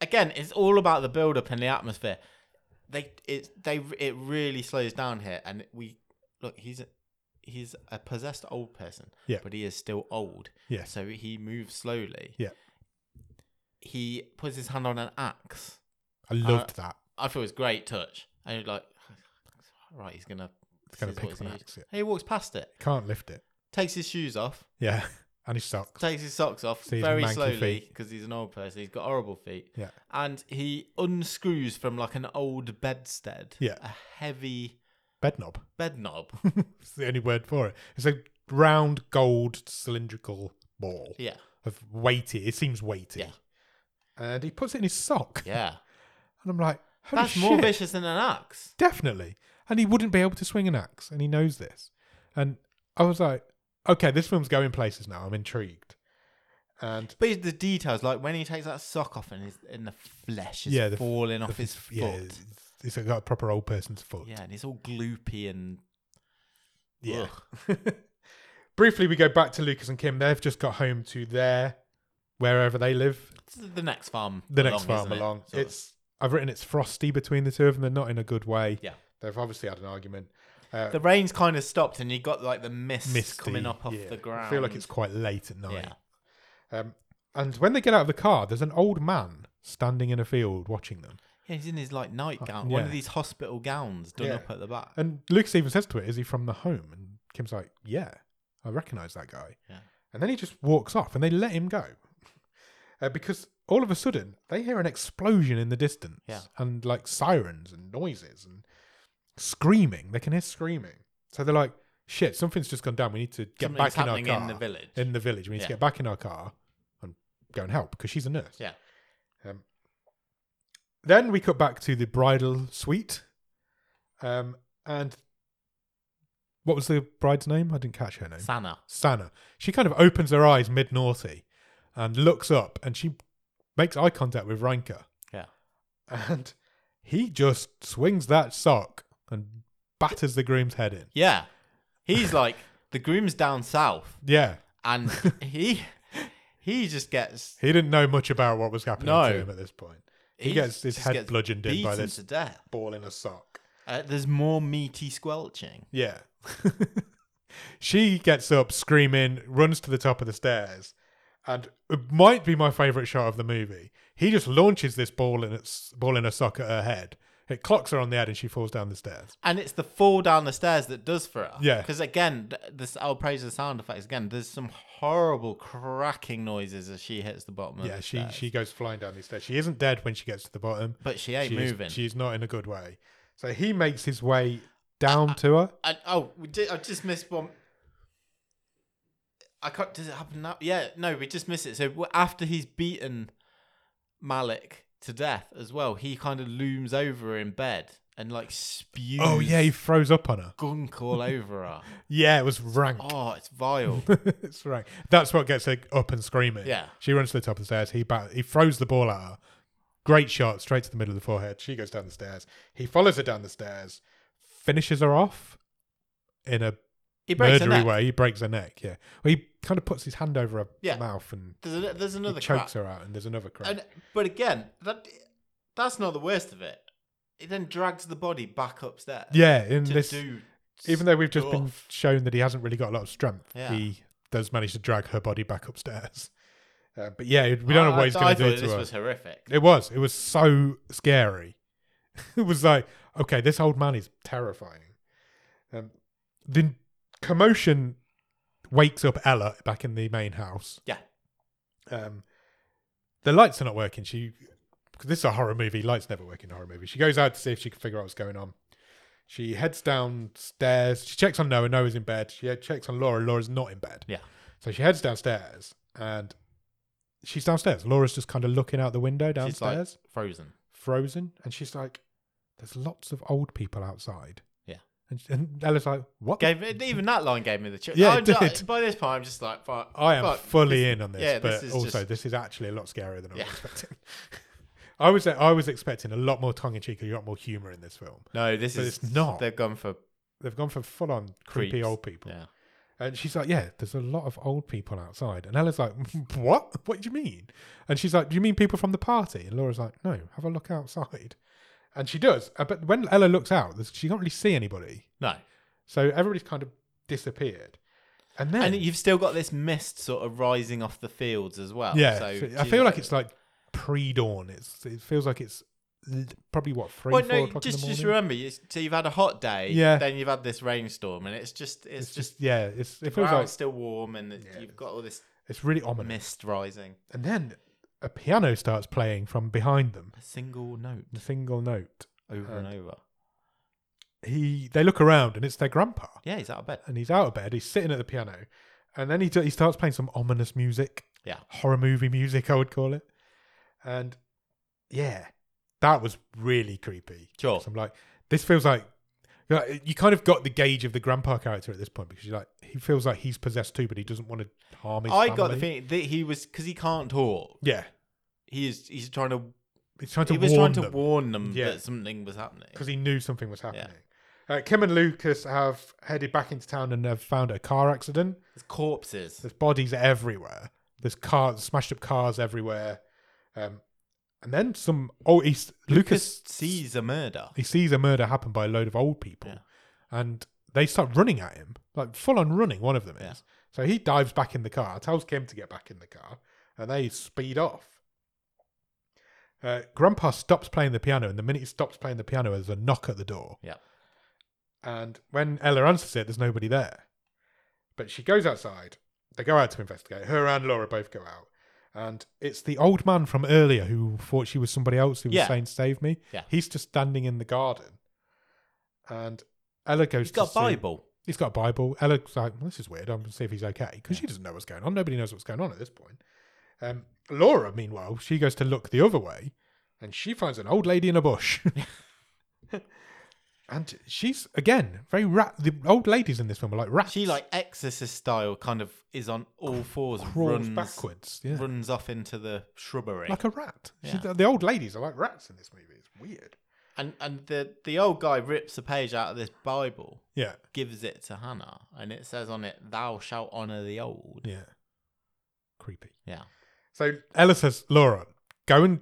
S1: again, it's all about the build up and the atmosphere. They it they it really slows down here, and we look. He's a, he's a possessed old person,
S2: Yeah.
S1: but he is still old.
S2: Yeah.
S1: so he moves slowly.
S2: Yeah.
S1: he puts his hand on an axe.
S2: I
S1: Uh,
S2: loved that.
S1: I thought it was a great touch, and you're like, right, he's gonna
S2: It's going
S1: this
S2: to
S1: is
S2: pick up
S1: what
S2: an
S1: he-
S2: axe. Yeah.
S1: He walks past it,
S2: Can't lift it.
S1: takes his shoes off,
S2: Yeah. And his socks.
S1: takes his socks off
S2: See his
S1: very
S2: manky
S1: slowly
S2: feet.
S1: because he's an old person. He's got horrible feet.
S2: Yeah.
S1: And he unscrews from like an old bedstead
S2: Yeah.
S1: a heavy
S2: Bed knob.
S1: bed knob.
S2: It's the only word for it. It's a round, gold, cylindrical ball
S1: yeah.
S2: of weighty. It seems weighty.
S1: Yeah.
S2: and he puts it in his sock.
S1: Yeah.
S2: And I'm like, holy
S1: That's
S2: shit.
S1: more vicious than an axe.
S2: Definitely. And he wouldn't be able to swing an axe, and he knows this. And I was like, okay, this film's going places now. I'm intrigued. And
S1: But the details, like when he takes that sock off and, his, and the flesh is
S2: Yeah, the f-
S1: falling off his foot.
S2: yeah, it's, it's got a proper old person's foot.
S1: Yeah, and it's all gloopy and
S2: Yeah. Briefly, we go back to Lucas and Kim. They've just got home to their wherever they live,
S1: It's the next farm.
S2: the
S1: along,
S2: next farm
S1: isn't it?
S2: along.
S1: Sort of.
S2: It's I've written it's frosty between the two of them. They're not in a good way.
S1: Yeah.
S2: they've obviously had an argument. Uh,
S1: the rain's kind of stopped, and you got like the mist
S2: misty,
S1: coming up off
S2: yeah.
S1: the ground.
S2: I feel like it's quite late at night.
S1: yeah.
S2: Um, and when they get out of the car, there's an old man standing in a field watching them.
S1: yeah, he's in his like nightgown,
S2: Oh, yeah.
S1: one of these hospital gowns done
S2: Yeah.
S1: up at the back.
S2: And Lucas even says to her, "Is he from the home?" And Kim's like, "Yeah, I recognise that guy."
S1: Yeah.
S2: And then he just walks off, and they let him go uh, because all of a sudden they hear an explosion in the distance,
S1: Yeah.
S2: and like sirens and noises and screaming. They can hear screaming, so they're like, "Shit, something's just gone down. We need to get
S1: Something's
S2: back in our
S1: happening
S2: car."
S1: in the village.
S2: in the village. We need
S1: Yeah.
S2: to get back in our car and go and help because she's a nurse.
S1: Yeah.
S2: Um, then we cut back to the bridal suite. Um, and what was the bride's name? I didn't catch her name.
S1: Sana.
S2: Sana. She kind of opens her eyes mid naughty and looks up and she makes eye contact with Ranka.
S1: Yeah.
S2: And he just swings that sock and batters the groom's head in.
S1: Yeah, he's like the groom's down south,
S2: Yeah.
S1: and he he just gets
S2: He didn't know much about what was happening
S1: No.
S2: to him at this point. He
S1: he's-
S2: gets his
S1: just
S2: head
S1: gets
S2: bludgeoned in by
S1: beaten
S2: this
S1: to death.
S2: ball in a sock.
S1: Uh, there's more meaty squelching.
S2: Yeah. she gets up screaming, runs to the top of the stairs, and it might be my favourite shot of the movie. He just launches this ball in its ball in a sock at her head. It clocks her on the head and she falls down the stairs.
S1: And it's the fall down the stairs that does for her.
S2: Yeah.
S1: Because again, th- this I'll praise the sound effects again. There's some horrible cracking noises as she hits the bottom. Of
S2: yeah,
S1: the
S2: she,
S1: stairs.
S2: she goes flying down these stairs. She isn't dead when she gets to the bottom.
S1: But she ain't
S2: She is-
S1: moving.
S2: she's not in a good way. So he makes his way
S1: Uh,
S2: down to her.
S1: And, oh, we did, I just missed one. I can't. Does it happen now? Yeah. No, we just missed it. So w- after he's beaten Malik to death as well, he kind of looms over her in bed and like spews.
S2: Oh yeah, he throws up on her.
S1: Gunk all over her.
S2: Yeah, it was rank.
S1: Oh, it's vile.
S2: That's right. That's what gets her up and screaming.
S1: Yeah.
S2: She runs to the top of the stairs. He bat- he throws the ball at her. Great shot, straight to the middle of the forehead. She goes down the stairs. He follows her down the stairs, finishes her off in a
S1: He breaks her
S2: murdery
S1: neck.
S2: way. He breaks her neck. Yeah. Well, he kind of puts his hand over her
S1: Yeah.
S2: mouth and
S1: There's, a, there's
S2: he
S1: another crack.
S2: chokes her out. And there's another crack.
S1: And uh, but again, that that's not the worst of it. It then drags the body back upstairs.
S2: yeah. In
S1: to
S2: this,
S1: do
S2: even though we've just been
S1: stuff.
S2: shown that he hasn't really got a lot of strength,
S1: Yeah.
S2: he does manage to drag her body back upstairs. Uh, but yeah, we don't know what he's
S1: I- I
S2: going to
S1: thought
S2: do to
S1: This
S2: her.
S1: was horrific.
S2: It was. It was so scary. it was like, okay, this old man is terrifying. Um, the commotion wakes up Ella back in the main house.
S1: Yeah.
S2: Um, the lights are not working. She, cause this is a horror movie. Lights never work in a horror movie. She goes out to see if she can figure out what's going on. She heads downstairs. She checks on Noah. Noah's in bed. She checks on Laura. Laura's not in bed.
S1: Yeah.
S2: So she heads downstairs and she's downstairs. Laura's just kind of looking out the window
S1: She's like
S2: downstairs
S1: frozen.
S2: frozen and she's like there's lots of old people outside
S1: Yeah.
S2: and, and ella's like what the
S1: Gave me- even that line gave me the chill.
S2: Yeah,
S1: I'm
S2: it
S1: ju-
S2: did.
S1: by this point, I'm just like, fuck.
S2: I am
S1: fuck,
S2: fully
S1: this-
S2: in on this,
S1: yeah,
S2: but
S1: this is
S2: also
S1: just-
S2: this is actually a lot scarier than I
S1: Yeah.
S2: was expecting. I was I was expecting a lot more tongue in cheek, a lot more humor in this film.
S1: No, this
S2: But
S1: is
S2: it's not.
S1: They've gone for
S2: They've gone for full on creepy
S1: Creeps.
S2: old people,
S1: yeah.
S2: and she's like, "Yeah, there's a lot of old people outside." And Ella's like, "What? What do you mean?" And she's like, "Do you mean people from the party?" And Laura's like, "No, have a look outside." And she does, uh, but when Ella looks out, there's- she can't really see anybody.
S1: No,
S2: So everybody's kind of disappeared. And then,
S1: and you've still got this mist sort of rising off the fields as well.
S2: yeah,
S1: so
S2: so I
S1: she's
S2: feel like it's like pre-dawn. It's it feels like it's l- probably what three,
S1: Well,
S2: four
S1: no,
S2: o'clock
S1: just
S2: in the
S1: just
S2: morning.
S1: remember. You, so you've had a hot day,
S2: Yeah.
S1: Then you've had this rainstorm, and it's just it's,
S2: it's
S1: just
S2: just yeah, it's it
S1: the
S2: feels like
S1: ground's still warm, and it-
S2: Yeah.
S1: you've got all this
S2: it's really ominous.
S1: mist rising.
S2: And then a piano starts playing from behind them,
S1: A single note
S2: a single note.
S1: over and over.
S2: He they look around and it's their grandpa,
S1: Yeah, he's out of bed.
S2: and he's out of bed. He's sitting at the piano, and then he do- he starts playing some ominous music,
S1: Yeah.
S2: horror movie music, I would call it. And yeah, that was really creepy.
S1: Sure.
S2: So I'm like, this feels like you know, you kind of got the gauge of the grandpa character at this point because you're like, he feels like he's possessed too, but he doesn't want to harm his
S1: I got the
S2: family.
S1: feeling that he was because he can't talk.
S2: Yeah,
S1: He is. He's trying to.
S2: he's trying to
S1: He was
S2: warn
S1: trying to
S2: them.
S1: warn them
S2: Yeah.
S1: that something was happening.
S2: because he knew something was happening. Uh, Kim and Lucas have headed back into town and have found a car accident.
S1: There's corpses.
S2: There's bodies everywhere. There's cars, smashed up cars everywhere. Um, and then some. Oh, he's, Lucas,
S1: Lucas sees a murder.
S2: He sees a murder happen by a load of old people,
S1: Yeah.
S2: and they start running at him, like full on running. One of them is.
S1: Yeah.
S2: So he dives back in the car, tells Kim to get back in the car, and they speed off. Uh, Grandpa stops playing the piano, and the minute he stops playing the piano, there's a knock at the door.
S1: Yeah.
S2: And when Ella answers it, there's nobody there. But she goes outside. They go out to investigate. Her and Laura both go out. And it's the old man from earlier who thought she was somebody else who was
S1: Yeah.
S2: saying, Save me.
S1: Yeah.
S2: He's just standing in the garden. And Ella goes
S1: He's got
S2: to
S1: a
S2: see-
S1: Bible.
S2: He's got a Bible. Ella's like, well, this is weird. I'm going to see if he's okay because she doesn't know what's going on. Nobody knows what's going on at this point. Um, Laura, meanwhile, she goes to look the other way and she finds an old lady in a bush. and she's, again, very rat. The old ladies in this film are like rats.
S1: She like exorcist style kind of is on all fours,
S2: crawls
S1: runs
S2: backwards. Yeah.
S1: runs off into the shrubbery,
S2: Like a rat. She-
S1: Yeah.
S2: the old ladies are like rats in this movie. It's weird.
S1: and and the the old guy rips a page out of this Bible,
S2: Yeah.
S1: gives it to Hannah, and it says on it, "Thou shalt honor the old."
S2: Yeah. Creepy.
S1: Yeah,
S2: So Ella says, Laura, go and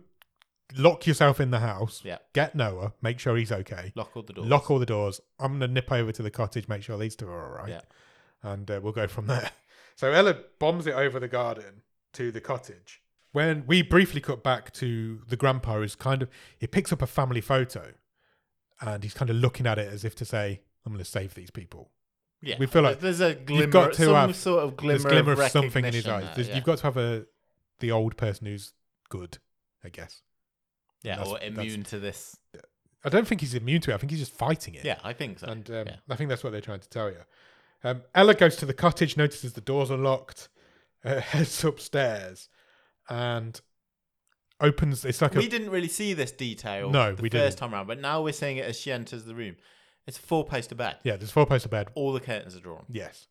S2: lock yourself in the house.
S1: Yeah.
S2: Get Noah. Make sure he's okay.
S1: lock all the doors.
S2: Lock all the doors. I'm going to nip over to the cottage, make sure these two are all right.
S1: Yeah.
S2: And uh, we'll go from there. So Ella bombs it over the garden to the cottage. When we briefly cut back to the grandpa, is kind of, he picks up a family photo and he's kind of looking at it as if to say, I'm going to save these people.
S1: Yeah,
S2: we feel like
S1: there's a glimmer,
S2: got to
S1: some
S2: have
S1: sort of glimmer,
S2: There's glimmer
S1: of,
S2: of something in his
S1: recognition
S2: eyes.
S1: there,
S2: There's-
S1: yeah.
S2: You've got to have a the old person who's good, I guess.
S1: yeah,
S2: that's-
S1: or
S2: that's-
S1: immune to this.
S2: I don't think he's immune to it. I think he's just fighting it.
S1: Yeah, I think so.
S2: And um,
S1: yeah.
S2: I think that's what they're trying to tell you. Um, Ella goes to the cottage, notices the doors are locked, uh, heads upstairs, and opens. It's like
S1: we
S2: a
S1: didn't really see this detail.
S2: No,
S1: the
S2: we
S1: 1st
S2: didn't.
S1: time around, but now we're seeing it as she enters the room. It's a four-poster bed.
S2: yeah. There's four poster bed.
S1: All the curtains are drawn.
S2: Yes,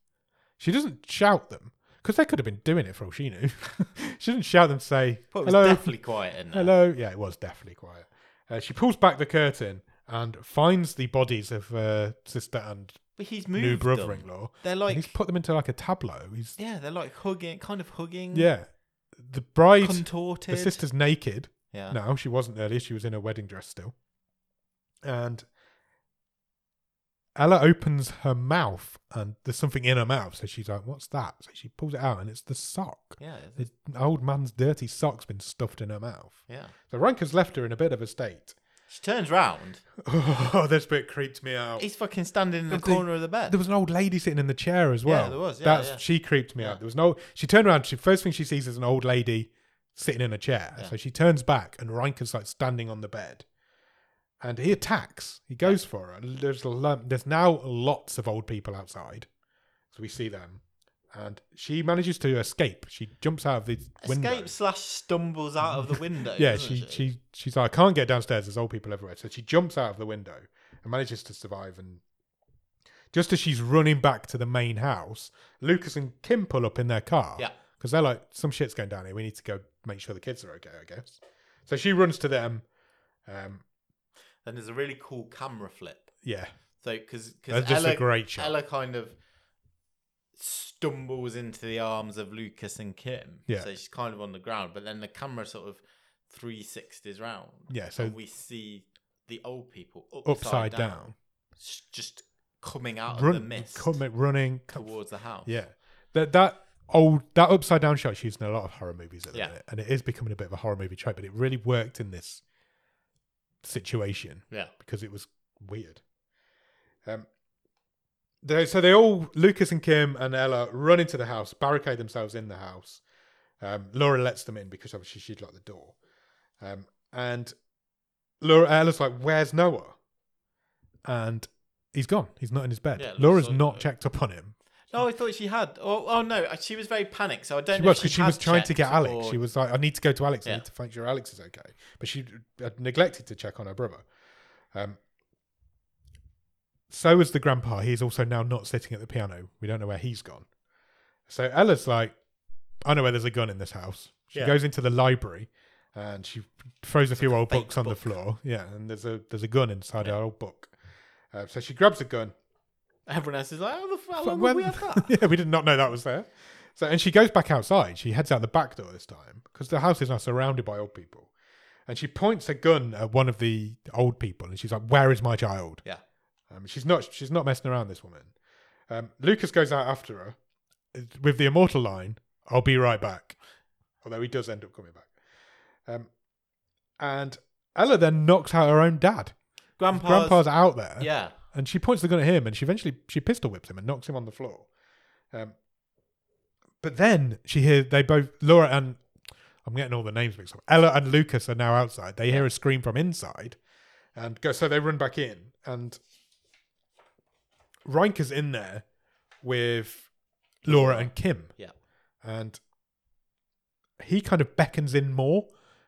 S2: she doesn't shout them because they could have been doing it for all she knew. she didn't shout them. To say
S1: But it was
S2: hello,
S1: definitely quiet in there.
S2: hello. Yeah, it was definitely quiet. Uh, she pulls back the curtain and finds the bodies of uh, sister and
S1: But he's moved.
S2: new
S1: them.
S2: brother-in-law.
S1: They're
S2: And he's
S1: like,
S2: put them into like a tableau. He's
S1: yeah, they're like hugging, kind of hugging.
S2: yeah. The bride,
S1: contorted.
S2: the sister's naked.
S1: Yeah.
S2: No, she wasn't earlier. She was in her wedding dress still. And Ella opens her mouth and there's something in her mouth. So she's like, What's that? So she pulls it out and it's the sock.
S1: Yeah. it's-
S2: The old man's dirty sock's been stuffed in her mouth.
S1: Yeah.
S2: So Ranker's left her in a bit of a state.
S1: She turns round.
S2: Oh, this bit creeped me out.
S1: He's fucking standing in the
S2: But the-
S1: corner of the bed.
S2: There was an old lady sitting in the chair as
S1: Yeah,
S2: well.
S1: there was, yeah,
S2: That's
S1: yeah.
S2: she creeped me
S1: Yeah.
S2: out. There was no. She turned around. She first thing she sees is an old lady sitting in a chair.
S1: Yeah.
S2: So she turns back, and Reinker's like standing on the bed, and he attacks. He goes for her. There's a lo- there's now lots of old people outside, so we see them, and she manages to escape. She jumps out of the window.
S1: Escapes slash stumbles out of the window.
S2: Yeah,
S1: doesn't
S2: she, she she's like, I can't get downstairs. There's old people everywhere. So she jumps out of the window and manages to survive. And just as she's running back to the main house, Lucas and Kim pull up in their car.
S1: Yeah.
S2: because they're like, some shit's going down here. We need to go make sure the kids are okay. I guess. So she runs to them. Um,
S1: Then there's a really cool camera flip.
S2: yeah,
S1: So because
S2: that's
S1: because
S2: just
S1: Ella,
S2: a great shot.
S1: Ella kind of stumbles into the arms of Lucas and Kim.
S2: Yeah.
S1: So she's kind of on the ground, but then the camera sort of 360s round.
S2: Yeah, so-
S1: and we see the old people upside,
S2: Upside
S1: down,
S2: down,
S1: s- just coming out of the
S2: Run,
S1: mist
S2: come- running.
S1: towards the house.
S2: Yeah, that that old that upside down shot's used in a lot of horror movies at the
S1: Yeah.
S2: minute, and it is becoming a bit of a horror movie trope. But it really worked in this situation
S1: Yeah.
S2: because it was weird. Um, they, so they all Lucas and Kim and Ella run into the house, barricade themselves in the house. Um, Laura lets them in because obviously she'd locked the door, um, and Laura Ella's like, "Where's Noah?" And he's gone. He's not in his bed.
S1: Yeah, it looks
S2: Laura's
S1: like
S2: not
S1: that.
S2: checked up on him.
S1: Oh, I thought she had. Oh, oh no, uh, she was very panicked, so I don't
S2: She
S1: know.
S2: was
S1: if
S2: because she
S1: had
S2: was trying to
S1: checked
S2: get Alex.
S1: or-
S2: She was like, "I need to go to Alex. I
S1: Yeah.
S2: need to make sure Alex is okay." But she had neglected to check on her brother. Um, so is the grandpa. He is also now not sitting at the piano. We don't know where he's gone. So Ella's like, "I know where there's a gun in this house." She
S1: Yeah.
S2: goes into the library and she throws a few old
S1: fake
S2: books on the
S1: book.
S2: floor. Yeah, and there's a there's a gun inside
S1: Yeah.
S2: her old book. Uh, so she grabs a gun
S1: Everyone else is like, "How the fuck? How
S2: But
S1: long
S2: when-
S1: have we had that?"
S2: yeah, we did not know that was there. So, and she goes back outside. She heads out the back door this time because the house is now surrounded by old people. And she points a gun at one of the old people, and she's like, "Where is my child?"
S1: Yeah.
S2: um, she's not. She's not messing around. This woman. Um, Lucas goes out after her uh, with the immortal line, "I'll be right back." Although he does end up coming back. Um, and Ella then knocks out her own dad.
S1: Grandpa's,
S2: Grandpa's out there
S1: yeah,
S2: and she points the gun at him and she eventually she pistol whips him and knocks him on the floor um, but then she hears they both laura and i'm getting all the names mixed up ella and lucas are now outside they hear a scream from inside and go so they run back in and Reinker's in there with laura and kim
S1: Yeah.
S2: and he kind of beckons in more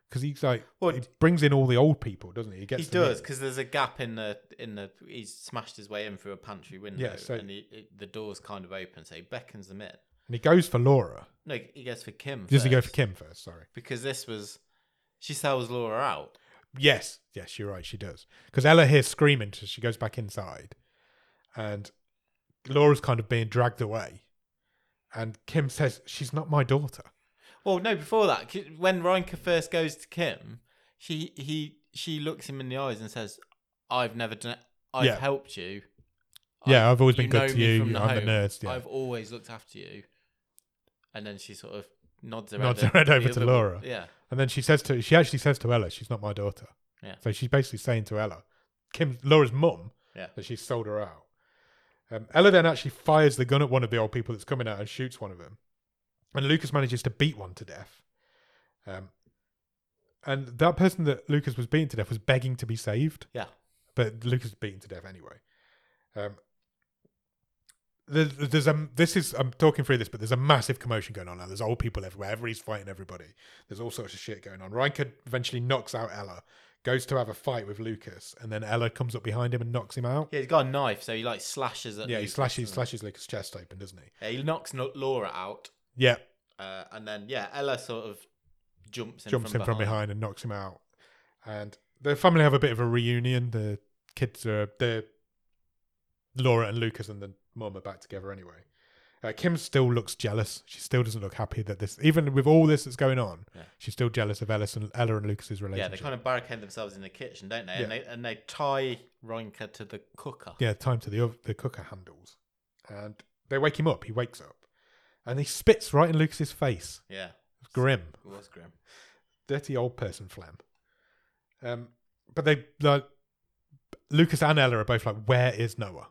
S2: because he's like
S1: Well,
S2: he brings in all the old people doesn't he he,
S1: he
S2: gets them in.
S1: does because there's a gap in the in the. He's smashed his way in through a pantry window,
S2: Yeah, so-
S1: and he, it- the door's kind of open, so he beckons them in.
S2: and he goes for laura
S1: No, he goes for Kim.
S2: Does he go for
S1: first,
S2: Kim first? Sorry.
S1: because this was she sells Laura out.
S2: Yes, yes, you're right. She does because Ella hears screaming, so she goes back inside, and Laura's kind of being dragged away, and Kim says she's not my daughter.
S1: Well, no, before that, 'cause when Reinke first goes to Kim, she he she looks him in the eyes and says, "I've never done. it. I've
S2: Yeah.
S1: helped you.
S2: yeah, I've always
S1: you
S2: been
S1: know
S2: good to
S1: me
S2: you.
S1: from the
S2: I'm the
S1: home.
S2: nurse. Yeah,
S1: I've always looked after you." And then she sort of nods her
S2: Nods
S1: head
S2: her head
S1: at
S2: over
S1: the
S2: to
S1: other-
S2: Laura.
S1: Yeah,
S2: and then she says to she actually says to Ella, she's not my daughter.
S1: Yeah.
S2: So she's basically saying to Ella, Kim, Laura's mum,
S1: Yeah.
S2: that she's sold her out. Um, Ella then actually fires the gun at one of the old people that's coming out and shoots one of them, and Lucas manages to beat one to death. Um, and that person that Lucas was beaten to death was begging to be saved.
S1: Yeah.
S2: But Lucas was beaten to death anyway. Um, there's, there's a this is I'm talking through this, but there's a massive commotion going on now. There's old people everywhere. Everybody's fighting everybody. There's all sorts of shit going on. Reinke eventually knocks out Ella, goes to have a fight with Lucas, and then Ella comes up behind him and knocks him out.
S1: yeah. He's got a knife, so he like slashes at.
S2: Yeah, he
S1: Lucas,
S2: slashes
S1: doesn't
S2: slashes Lucas' chest open, doesn't he?
S1: Yeah, he knocks no- Laura out,
S2: Yeah,
S1: uh, and then yeah, Ella sort of jumps in
S2: jumps
S1: from
S2: in from behind and knocks him out. And the family have a bit of a reunion. The kids are the Laura and Lucas and the mum are back together anyway. Uh, Kim still looks jealous. She still doesn't look happy that this, even with all this that's going on,
S1: Yeah.
S2: she's still jealous of Ellis and Ella and Lucas's
S1: Yeah,
S2: relationship.
S1: they kind of barricade themselves in the kitchen, don't they?
S2: Yeah.
S1: And they and they tie Reinke to the cooker.
S2: yeah, time to the ov- the cooker handles, and they wake him up. He wakes up, and he spits right in Lucas's face.
S1: yeah.
S2: It's grim.
S1: It was grim.
S2: dirty old person phlegm. Um, but they like Lucas and Ella are both like, "Where is Noah?"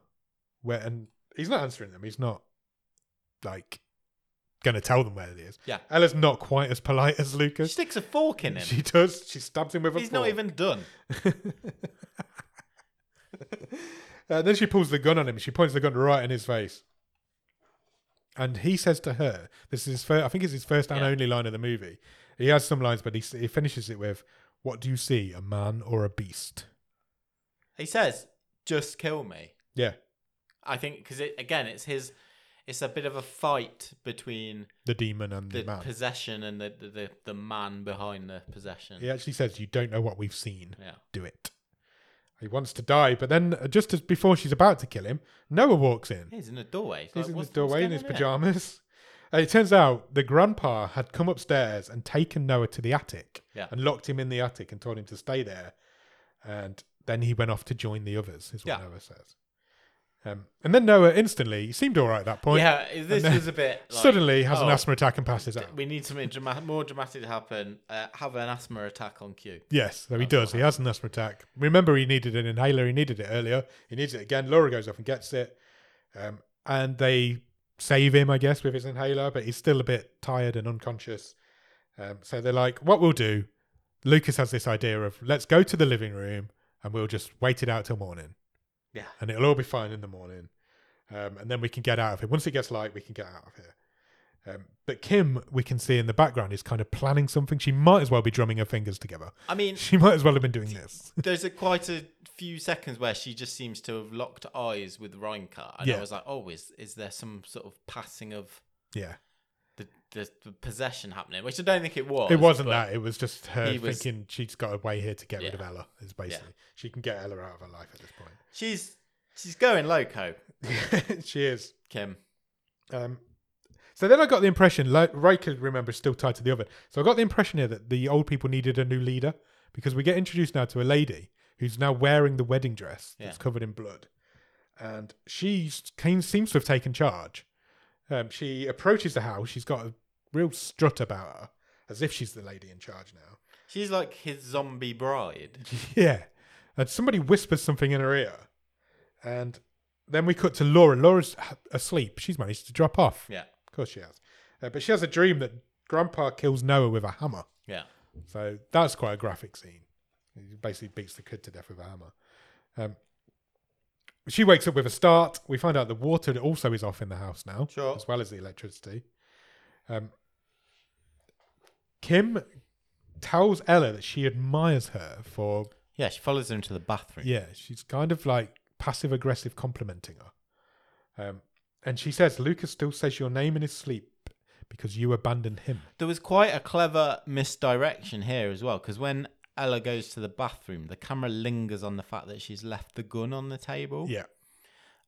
S2: Where and he's not answering them. He's not like going to tell them where it is.
S1: Yeah.
S2: Ella's not quite as polite as
S1: She
S2: Lucas.
S1: sticks a fork in him.
S2: She does. She stabs him with a.
S1: He's not
S2: fork.
S1: even done.
S2: Uh, then she pulls the gun on him. She points the gun right in his face. And he says to her, this is his first, I think it's his first and
S1: Yeah.
S2: only line of the movie. He has some lines, but he, s- he finishes it with, What do you see, a man or a beast?
S1: He says, "Just kill me."
S2: Yeah,
S1: I think because it, again, it's his. It's a bit of a fight between
S2: the demon and the,
S1: the
S2: man.
S1: possession and the, the, the, the man behind the possession.
S2: He actually says, You don't know what we've seen.
S1: Yeah.
S2: Do it. He wants to die, but then uh, just as before she's about to kill him, Noah walks in.
S1: He's in the doorway. It's
S2: He's
S1: like,
S2: in his
S1: what's- what's
S2: doorway in
S1: going
S2: his
S1: on here?
S2: pajamas. Uh, it turns out the grandpa had come upstairs and taken Noah to the attic
S1: Yeah.
S2: and locked him in the attic and told him to stay there. And then he went off to join the others, is what
S1: Yeah.
S2: Noah says. Um, and then Noah instantly, he seemed all right at that point,
S1: Yeah, this
S2: then
S1: was a bit. Like,
S2: suddenly has an
S1: oh,
S2: asthma attack and passes out.
S1: We need something drama- more dramatic to happen. Uh, have an asthma attack on cue.
S2: Yes, so he
S1: That's what
S2: does. He has an asthma attack. Remember, he needed an inhaler. He needed it earlier. He needs it again. Laura goes off and gets it. Um, and they save him, I guess, with his inhaler, but he's still a bit tired and unconscious. Um, so they're like, what we'll do, Lucas has this idea of let's go to the living room and we'll just wait it out till morning.
S1: Yeah.
S2: And it'll all be fine in the morning. um, and then we can get out of here. Once it gets light, we can get out of here. Um, but Kim, we can see in the background, is kind of planning something. She might as well be drumming her fingers together.
S1: I mean,
S2: She might as well have been doing this.
S1: there's a quite a few seconds where she just seems to have locked eyes with Reinhardt, and I
S2: Yeah.
S1: was like, oh, is is there some sort of passing of
S2: Yeah,
S1: the, the, the possession happening? Which I don't think it was.
S2: it wasn't
S1: but-
S2: that. It was just her
S1: he was-
S2: thinking she's got a way here to get rid of
S1: Yeah.
S2: Ella. Is basically she can get Ella out of her life at this
S1: She's she's going loco,
S2: point. she is.
S1: Kim.
S2: Um, so then I got the impression, like Riker, remember, is still tied to the oven. So I got the impression here that the old people needed a new leader because we get introduced now to a lady who's now wearing the wedding dress that's
S1: Yeah.
S2: covered in blood. And she s- came, seems to have taken charge. Um, she approaches the house. She's got a real strut about her, as if she's the lady in charge now.
S1: She's like his zombie bride.
S2: Yeah. And somebody whispers something in her ear. And then we cut to Laura. Laura's h- asleep. She's managed to drop off.
S1: Yeah,
S2: Of course she has. Uh, but she has a dream that Grandpa kills Noah with a hammer.
S1: yeah.
S2: So that's quite a graphic scene. He basically beats the kid to death with a hammer. Um, she wakes up with a start. We find out the water also is off in the house now,
S1: Sure.
S2: as well as the electricity. Um, Kim tells Ella that she admires her for
S1: Yeah, she follows her into the bathroom.
S2: yeah, she's kind of like passive aggressive complimenting her. Um, and she says, Lucas still says your name in his sleep because you abandoned him.
S1: There was quite a clever misdirection here as well, because when Ella goes to the bathroom, the camera lingers on the fact that she's left the gun on the table.
S2: Yeah.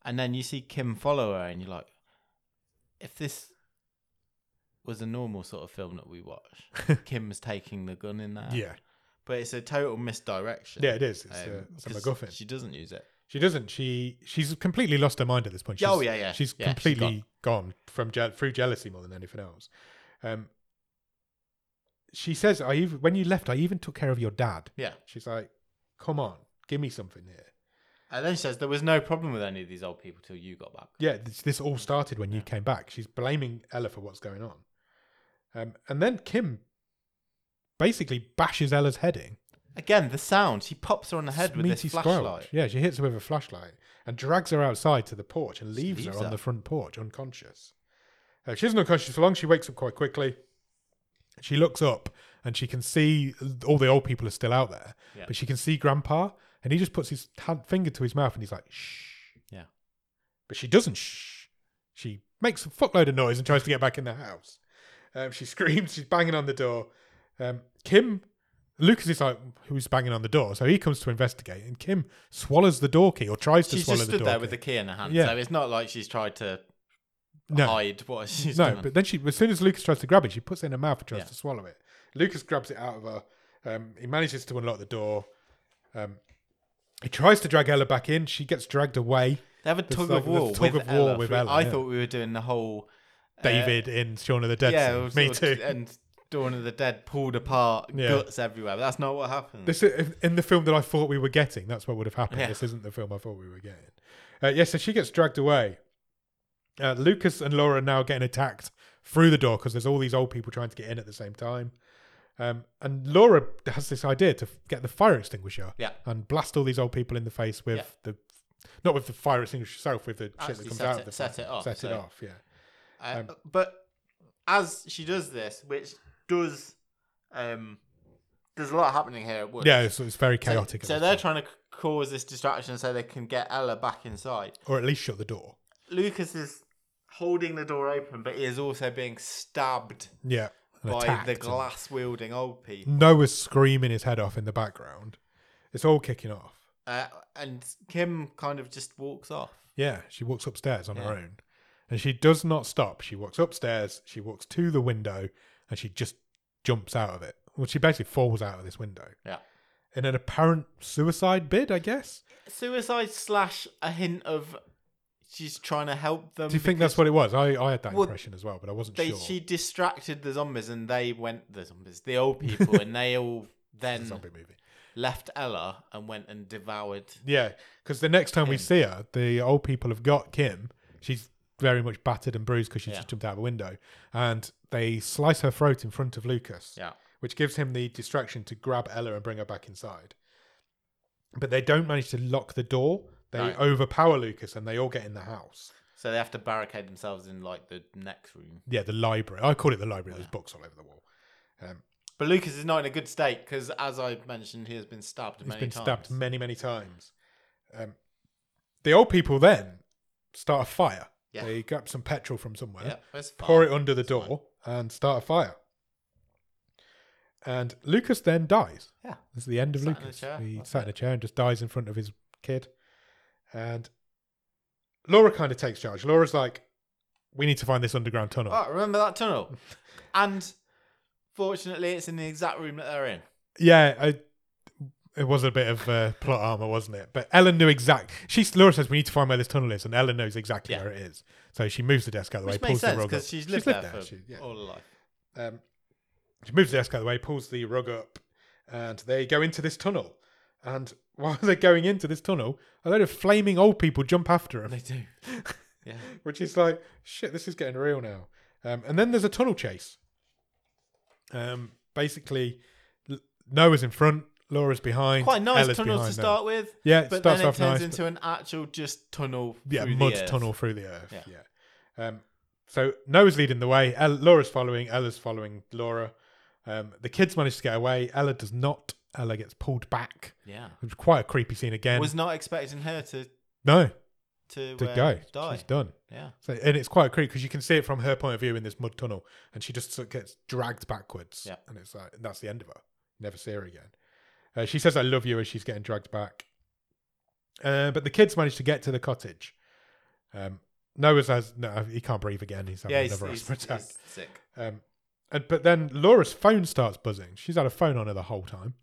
S1: And then you see Kim follow her, and you're like, if this was a normal sort of film that we watch, Kim's taking the gun in there.
S2: Yeah.
S1: But it's a total misdirection.
S2: Yeah, it is. It's, a,
S1: Ah, Um,
S2: it's a
S1: 'cause
S2: MacGuffin. She,
S1: She doesn't use it.
S2: doesn't. She She's completely lost her mind at this point. She's,
S1: oh, yeah, yeah.
S2: She's
S1: Yeah,
S2: completely
S1: gone.
S2: gone. from je- through jealousy more than anything else. Um, she says, "I even when you left, I even took care of your dad."
S1: yeah.
S2: She's like, "Come on, give me something here."
S1: And then she says, there was no problem with any of these old people till you got back.
S2: Yeah, this, this all started when you came back. She's blaming Ella for what's going on. Um, and then Kim basically bashes Ella's head in.
S1: Again, the sound. She pops her on the head with this
S2: Meaty squelch.
S1: flashlight.
S2: Yeah, she hits her with a flashlight and drags her outside to the porch and
S1: Just
S2: leaves,
S1: leaves
S2: her on
S1: her.
S2: the front porch unconscious. Uh, she isn't unconscious for long. She wakes up quite quickly. She looks up and she can see all the old people are still out there,
S1: Yeah.
S2: but she can see Grandpa and he just puts his hand, finger to his mouth and he's like, shh.
S1: Yeah.
S2: But she doesn't shh. She makes a fuckload of noise and tries to get back in the house. Um, she screams, she's banging on the door. Um, Kim, Lucas is like, who's banging on the door? So he comes to investigate, and Kim swallows the door key or tries to
S1: She's
S2: swallow
S1: just
S2: the
S1: stood
S2: door
S1: there
S2: key.
S1: with the key in her hand.
S2: Yeah.
S1: So it's not like she's tried to
S2: no,
S1: hide what she's
S2: no.
S1: done.
S2: But then she, as soon as Lucas tries to grab it, she puts it in her mouth and tries
S1: Yeah.
S2: to swallow it. Lucas grabs it out of her. Um, he manages to unlock the door. Um, he tries to drag Ella back in. She gets dragged away.
S1: They have a
S2: There's
S1: tug
S2: like
S1: of
S2: the
S1: war.
S2: tug
S1: with
S2: of war
S1: Ella
S2: with
S1: through-
S2: Ella,
S1: I
S2: yeah.
S1: thould we were doing the whole uh,
S2: David in Shaun of the Dead.
S1: yeah,
S2: scene.
S1: it was
S2: me
S1: sort of-
S2: too.
S1: And Dawn of the Dead pulled apart,
S2: Yeah.
S1: guts everywhere. But that's not what happened.
S2: This is, in the film that I thought we were getting. That's what would have happened.
S1: Yeah.
S2: This isn't the film I thought we were getting. Uh, yeah, so she gets dragged away. Uh, Lucas and Laura are now getting attacked through the door because there's all these old people trying to get in at the same time. Um, and Laura has this idea to f- get the fire extinguisher
S1: Yeah.
S2: and blast all these old people in the face with
S1: Yeah.
S2: the, not with the fire extinguisher itself, with the shit
S1: Actually
S2: that comes
S1: set
S2: out
S1: it-
S2: of the
S1: set
S2: fire.
S1: it off,
S2: Set it
S1: so-
S2: off, yeah.
S1: Uh, but as she does this, which does, um, there's a lot happening here at once.
S2: Yeah, so it's very
S1: So-
S2: chaotic. at
S1: So,
S2: this
S1: they're
S2: point.
S1: trying to c- cause this distraction so they can get Ella back inside.
S2: or at least shut the door.
S1: Lucas is holding the door open, but he is also being stabbed
S2: Yeah. and
S1: by
S2: attacked
S1: the
S2: and-
S1: glass wielding old people.
S2: Noah's screaming his head off in the background. It's all kicking off.
S1: Uh, and Kim kind of just walks off.
S2: Yeah, she walks upstairs on her
S1: Yeah.
S2: own. And she does not stop. She walks upstairs, she walks to the window, and she just jumps out of it. Well, she basically falls out of this window
S1: Yeah.
S2: in an apparent suicide bid, I guess.
S1: Suicide slash a hint of she's trying to help them.
S2: Do you think that's what it was? I, I had that
S1: Well,
S2: impression as well, but I wasn't
S1: they
S2: sure.
S1: she distracted the zombies and they went the zombies, the old people, and they all
S2: It's a
S1: then
S2: zombie movie.
S1: left Ella and went and devoured.
S2: Yeah, because the next time we
S1: Kim.
S2: see her, the old people have got Kim. She's very much battered and bruised because she's
S1: Yeah.
S2: just jumped out of a window. And they slice her throat in front of Lucas.
S1: Yeah.
S2: which gives him the distraction to grab Ella and bring her back inside. But they don't manage to lock the door. They
S1: Right.
S2: overpower Lucas and they all get in the house.
S1: So they have to barricade themselves in like the next room.
S2: Yeah, the library. I call it the library. There's books all over the wall. Um,
S1: But Lucas is not in a good state because, as I mentioned, he has been stabbed
S2: he's
S1: many
S2: been
S1: times.
S2: stabbed many, many times. Um, the old people then start a fire.
S1: Yeah.
S2: They grab some petrol from somewhere,
S1: Yeah, where's the
S2: pour
S1: fire?
S2: it under the
S1: It's fine.
S2: door, and start a fire. And Lucas then dies.
S1: Yeah.
S2: That's the end of
S1: Sat in a
S2: Lucas.
S1: chair,
S2: he
S1: wasn't
S2: sat in a chair and just dies in front of his kid. And Laura kind of takes charge. Laura's like, we need to find this underground tunnel.
S1: Oh, remember that tunnel? and fortunately, it's in the exact room that they're in.
S2: Yeah, I, it was a bit of uh, plot armor, wasn't it? But Ellen knew exact. She Laura says we need to find where this tunnel is, and Ellen knows exactly
S1: Yeah.
S2: where it is. So she moves the desk out of the
S1: Which
S2: way, pulls
S1: makes
S2: the
S1: sense
S2: rug up.
S1: because she's lived, there, for Oh.
S2: she- yeah.
S1: all her life.
S2: Um, she moves the desk out of the way, pulls the rug up, and they go into this tunnel. And while they're going into this tunnel, a load of flaming old people jump after them,
S1: They do. yeah.
S2: which is like, shit, this is getting real now. Um, and then there's a tunnel chase. Um, basically, L- Noah's in front, Laura's behind.
S1: Quite nice
S2: Ella's
S1: tunnels to
S2: behind them.
S1: start with.
S2: Yeah, it
S1: But
S2: starts
S1: then it
S2: off nice.
S1: turns
S2: but-
S1: into an actual just tunnel.
S2: yeah,
S1: through the
S2: mud
S1: earth.
S2: tunnel through the earth. Yeah.
S1: Yeah.
S2: Um, so Noah's leading the way. El- Laura's following. Ella's following Laura. Um, the kids manage to get away. Ella does not. Ella gets pulled back.
S1: Yeah.
S2: It was quite a creepy scene again.
S1: Was not expecting her to
S2: no,
S1: to,
S2: to
S1: uh,
S2: go.
S1: die.
S2: She's done.
S1: Yeah.
S2: So, and it's quite creepy because you can see it from her point of view in this mud tunnel, and she just sort of gets dragged backwards.
S1: Yeah.
S2: And it's like that's the end of her. Never see her again. Uh, she says "I love you" as she's getting dragged back. Uh, but the kids manage to get to the cottage. Um, Noah's has no, he can't breathe again. He's having
S1: Yeah, he's,
S2: another
S1: he's-
S2: asthma attack.
S1: he's sick.
S2: Um, and but then Laura's phone starts buzzing. She's had a phone on her the whole time.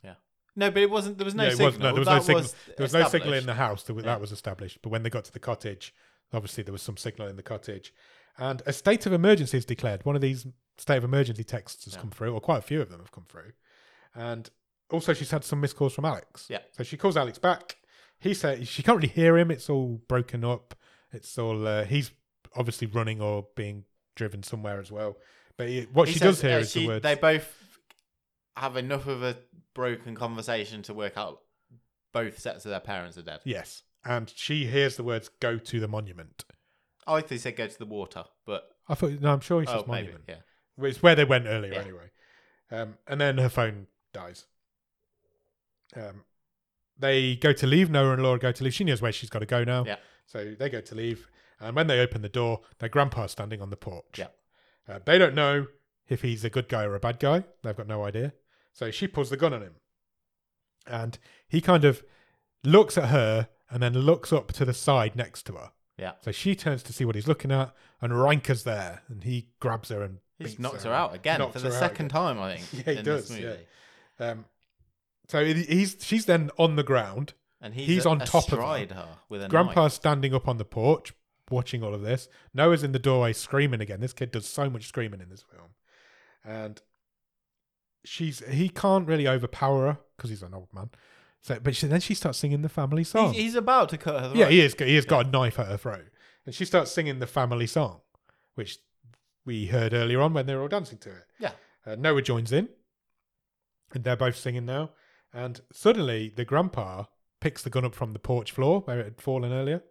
S1: No, but it wasn't. There was no
S2: Yeah, it
S1: signal.
S2: was- no, there was no
S1: that
S2: signal. There was no signal
S1: established.
S2: in the house. That,
S1: Yeah.
S2: that was established. But when they got to the cottage, obviously there was some signal in the cottage. And a state of emergency is declared. One of these state of emergency texts has
S1: Yeah.
S2: come through, or quite a few of them have come through. And also, she's had some missed calls from Alex.
S1: Yeah.
S2: So she calls Alex back. He says she can't really hear him. It's all broken up. It's all uh, he's obviously running or being driven somewhere as well. But he, what
S1: He
S2: she
S1: says,
S2: does hear
S1: uh,
S2: is
S1: she-
S2: the words.
S1: They both have enough of a broken conversation to work out both sets of their parents are dead.
S2: yes, and she hears the words "Go to the monument."
S1: Oh, I think they said go to the water, but
S2: I thought no, I'm sure he says
S1: oh, maybe
S2: monument.
S1: yeah.
S2: It's where they went earlier,
S1: Yeah.
S2: anyway. Um, and then her phone dies. Um, they go to leave. Noah and Laura go to leave. She knows where she's got to go now.
S1: Yeah.
S2: So they go to leave. And when they open the door, their grandpa's standing on the porch.
S1: Yeah.
S2: Uh, they don't know if he's a good guy or a bad guy. They've got no idea. So she pulls the gun on him. And he kind of looks at her and then looks up to the side next to her.
S1: Yeah.
S2: So she turns to see what he's looking at, and Ranker's there, and he grabs her and
S1: He just
S2: beats
S1: knocks her out again
S2: knocks
S1: for the
S2: her out
S1: second
S2: again.
S1: time, I think.
S2: Yeah, he
S1: in this
S2: does, yeah.
S1: movie.
S2: Um, so he- he's she's then on the ground.
S1: And he's,
S2: He's
S1: a,
S2: on top of her.
S1: astride her. with a
S2: Grandpa's
S1: knife.
S2: standing up on the porch watching all of this. Noah's in the doorway screaming again. This kid does so much screaming in this film, and she's he can't really overpower her because he's an old man. So, but she, then she starts singing the family song.
S1: He's, he's about to cut her.
S2: yeah,
S1: throat.
S2: he is. He has got a knife at her throat, and she starts singing the family song, which we heard earlier on when they were all dancing to it.
S1: Yeah.
S2: Uh, Noah joins in, and they're both singing now. And suddenly, the grandpa picks the gun up from the porch floor where it had fallen earlier,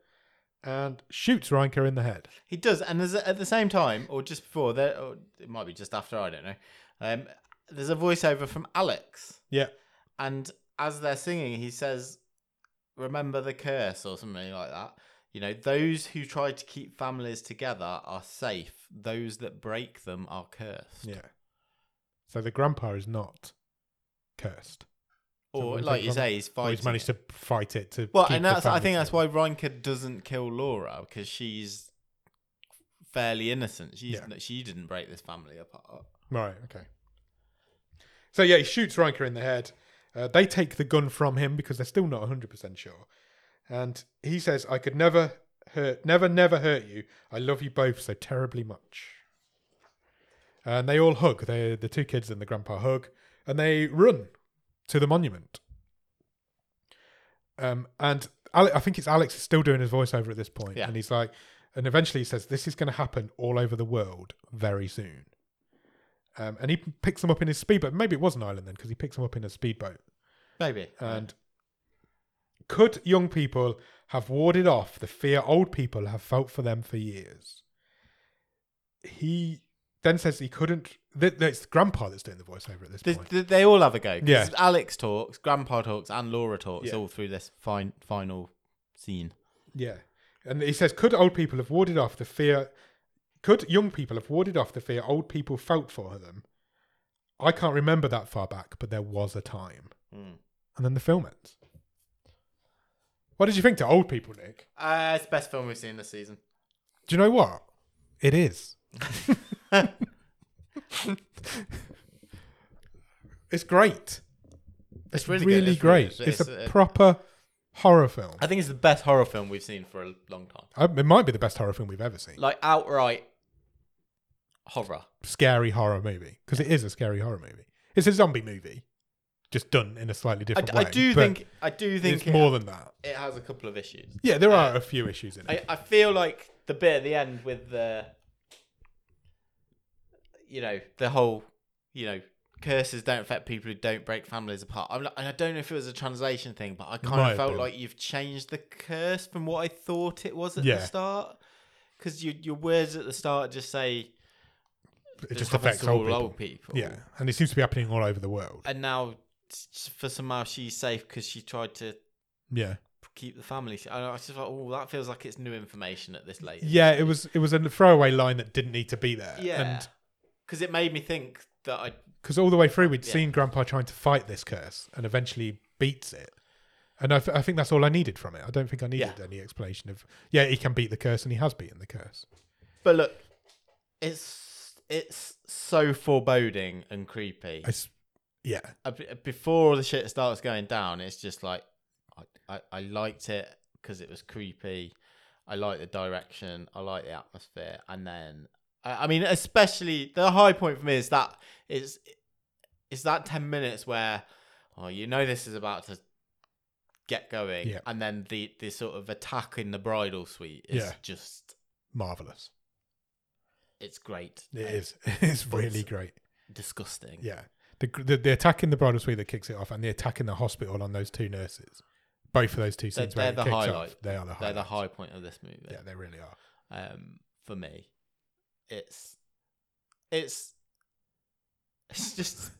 S2: and shoots Reinker in the head.
S1: He does, and there's a, at the same time, or just before, there, or it might be just after, I don't know. Um, there's a voiceover from Alex,
S2: Yeah,
S1: and as they're singing, he says, "Remember the curse" or something like that. You know, those who try to keep families together are safe; those that break them are cursed.
S2: yeah. So the grandpa is not cursed. So
S1: Or,
S2: what is
S1: like
S2: it
S1: you
S2: from-
S1: say, he's
S2: Or
S1: fighting.
S2: he's managed
S1: it.
S2: to fight it to.
S1: Well,
S2: keep
S1: and
S2: the
S1: that's I
S2: family
S1: think that's
S2: together.
S1: why Reinke doesn't kill Laura because she's fairly innocent. She's
S2: Yeah.
S1: she didn't break this family apart.
S2: Right. Okay. So yeah, he shoots Riker in the head. Uh, they take the gun from him because they're still not 100% sure. And he says, "I could never hurt, never, never hurt you. I love you both so terribly much." And they all hug. They, the two kids and the grandpa hug, and they run to the monument. Um, and Ale- I think it's Alex is still doing his voiceover at this point,
S1: Yeah.
S2: and he's like, and eventually he says, "This is going to happen all over the world very soon." Um, and he p- picks them up Uh, in his speedboat. Maybe it was an island then, because he picks them up in a speedboat
S1: Maybe.
S2: and Could young people have warded off the fear old people have felt for them for years? He then says he couldn't. That that it's grandpa that's doing the voiceover at this
S1: They,
S2: point.
S1: they, they all have a go. 'cause
S2: Yeah.
S1: Alex talks, Grandpa talks, and Laura talks
S2: Yeah.
S1: all through this fin- final scene.
S2: Yeah. And he says, could old people have warded off the fear? Could young people have warded off the fear old people felt for them? I can't remember that far back, but there was a time. And then the film ends. What did you think to old people, Nick?
S1: Uh, it's the best film we've seen this season.
S2: Do you know what? It is. It's great.
S1: It's
S2: Really,
S1: really, good, it's really
S2: great.
S1: good.
S2: It's, a
S1: uh,
S2: proper horror film.
S1: I think it's the best horror film we've seen for a long time.
S2: I, it might be the best horror film we've ever seen.
S1: Like outright horror.
S2: scary horror movie because it is a scary horror movie. It's a zombie movie, just done in a slightly
S1: I,
S2: different
S1: I
S2: way.
S1: do
S2: but
S1: think I do think
S2: it's
S1: it,
S2: more than that.
S1: it has a couple of issues.
S2: Yeah, there are a few issues in it.
S1: I, I feel like the bit at the end with the you know the whole you know curses don't affect people who don't break families apart. I'm not, and I don't know if it was a translation thing, but I kind
S2: Might have
S1: of felt
S2: been.
S1: like you've changed the curse from what I thought it was at
S2: Yeah.
S1: the start because your your words at the start just say
S2: it
S1: "This
S2: just
S1: happens
S2: affects
S1: to
S2: old
S1: all
S2: people.
S1: old people.
S2: Yeah, and it seems to be happening all over the world.
S1: and now s- for somehow she's safe because she tried to
S2: Yeah,
S1: keep the family. I, I was just like, oh, that feels like it's new information at this late.
S2: yeah. It was it was a throwaway line that didn't need to be there.
S1: Yeah. Because it made me think that I.
S2: because all the way through we'd
S1: Yeah.
S2: seen Grandpa trying to fight this curse and eventually beats it. And I, th- I think that's all I needed from it. I don't think I needed
S1: Yeah.
S2: any explanation of yeah he can beat the curse and he has beaten the curse.
S1: But look, it's it's so foreboding and creepy.
S2: It's, yeah,
S1: Uh, b- Before all the shit starts going down, it's just like I I, I liked it because it was creepy. I like the direction. I like the atmosphere, and then I, I mean, especially the high point for me is that is is that ten minutes where oh you know this is about to get going,
S2: Yeah.
S1: and then the the sort of attack in the bridal suite is
S2: Yeah.
S1: just
S2: marvelous.
S1: It's great.
S2: It
S1: Uh,
S2: is. It's really great.
S1: disgusting.
S2: Yeah. The, the the attack in the bridal suite that kicks it off, and the attack in the hospital on those two nurses. Both of those two
S1: They're-
S2: scenes where
S1: they're
S2: it
S1: the
S2: kicks off,
S1: highlight.
S2: they are the
S1: They're the
S2: highlight.
S1: high point of this movie.
S2: Yeah, they really are.
S1: Um, for me, it's it's it's just.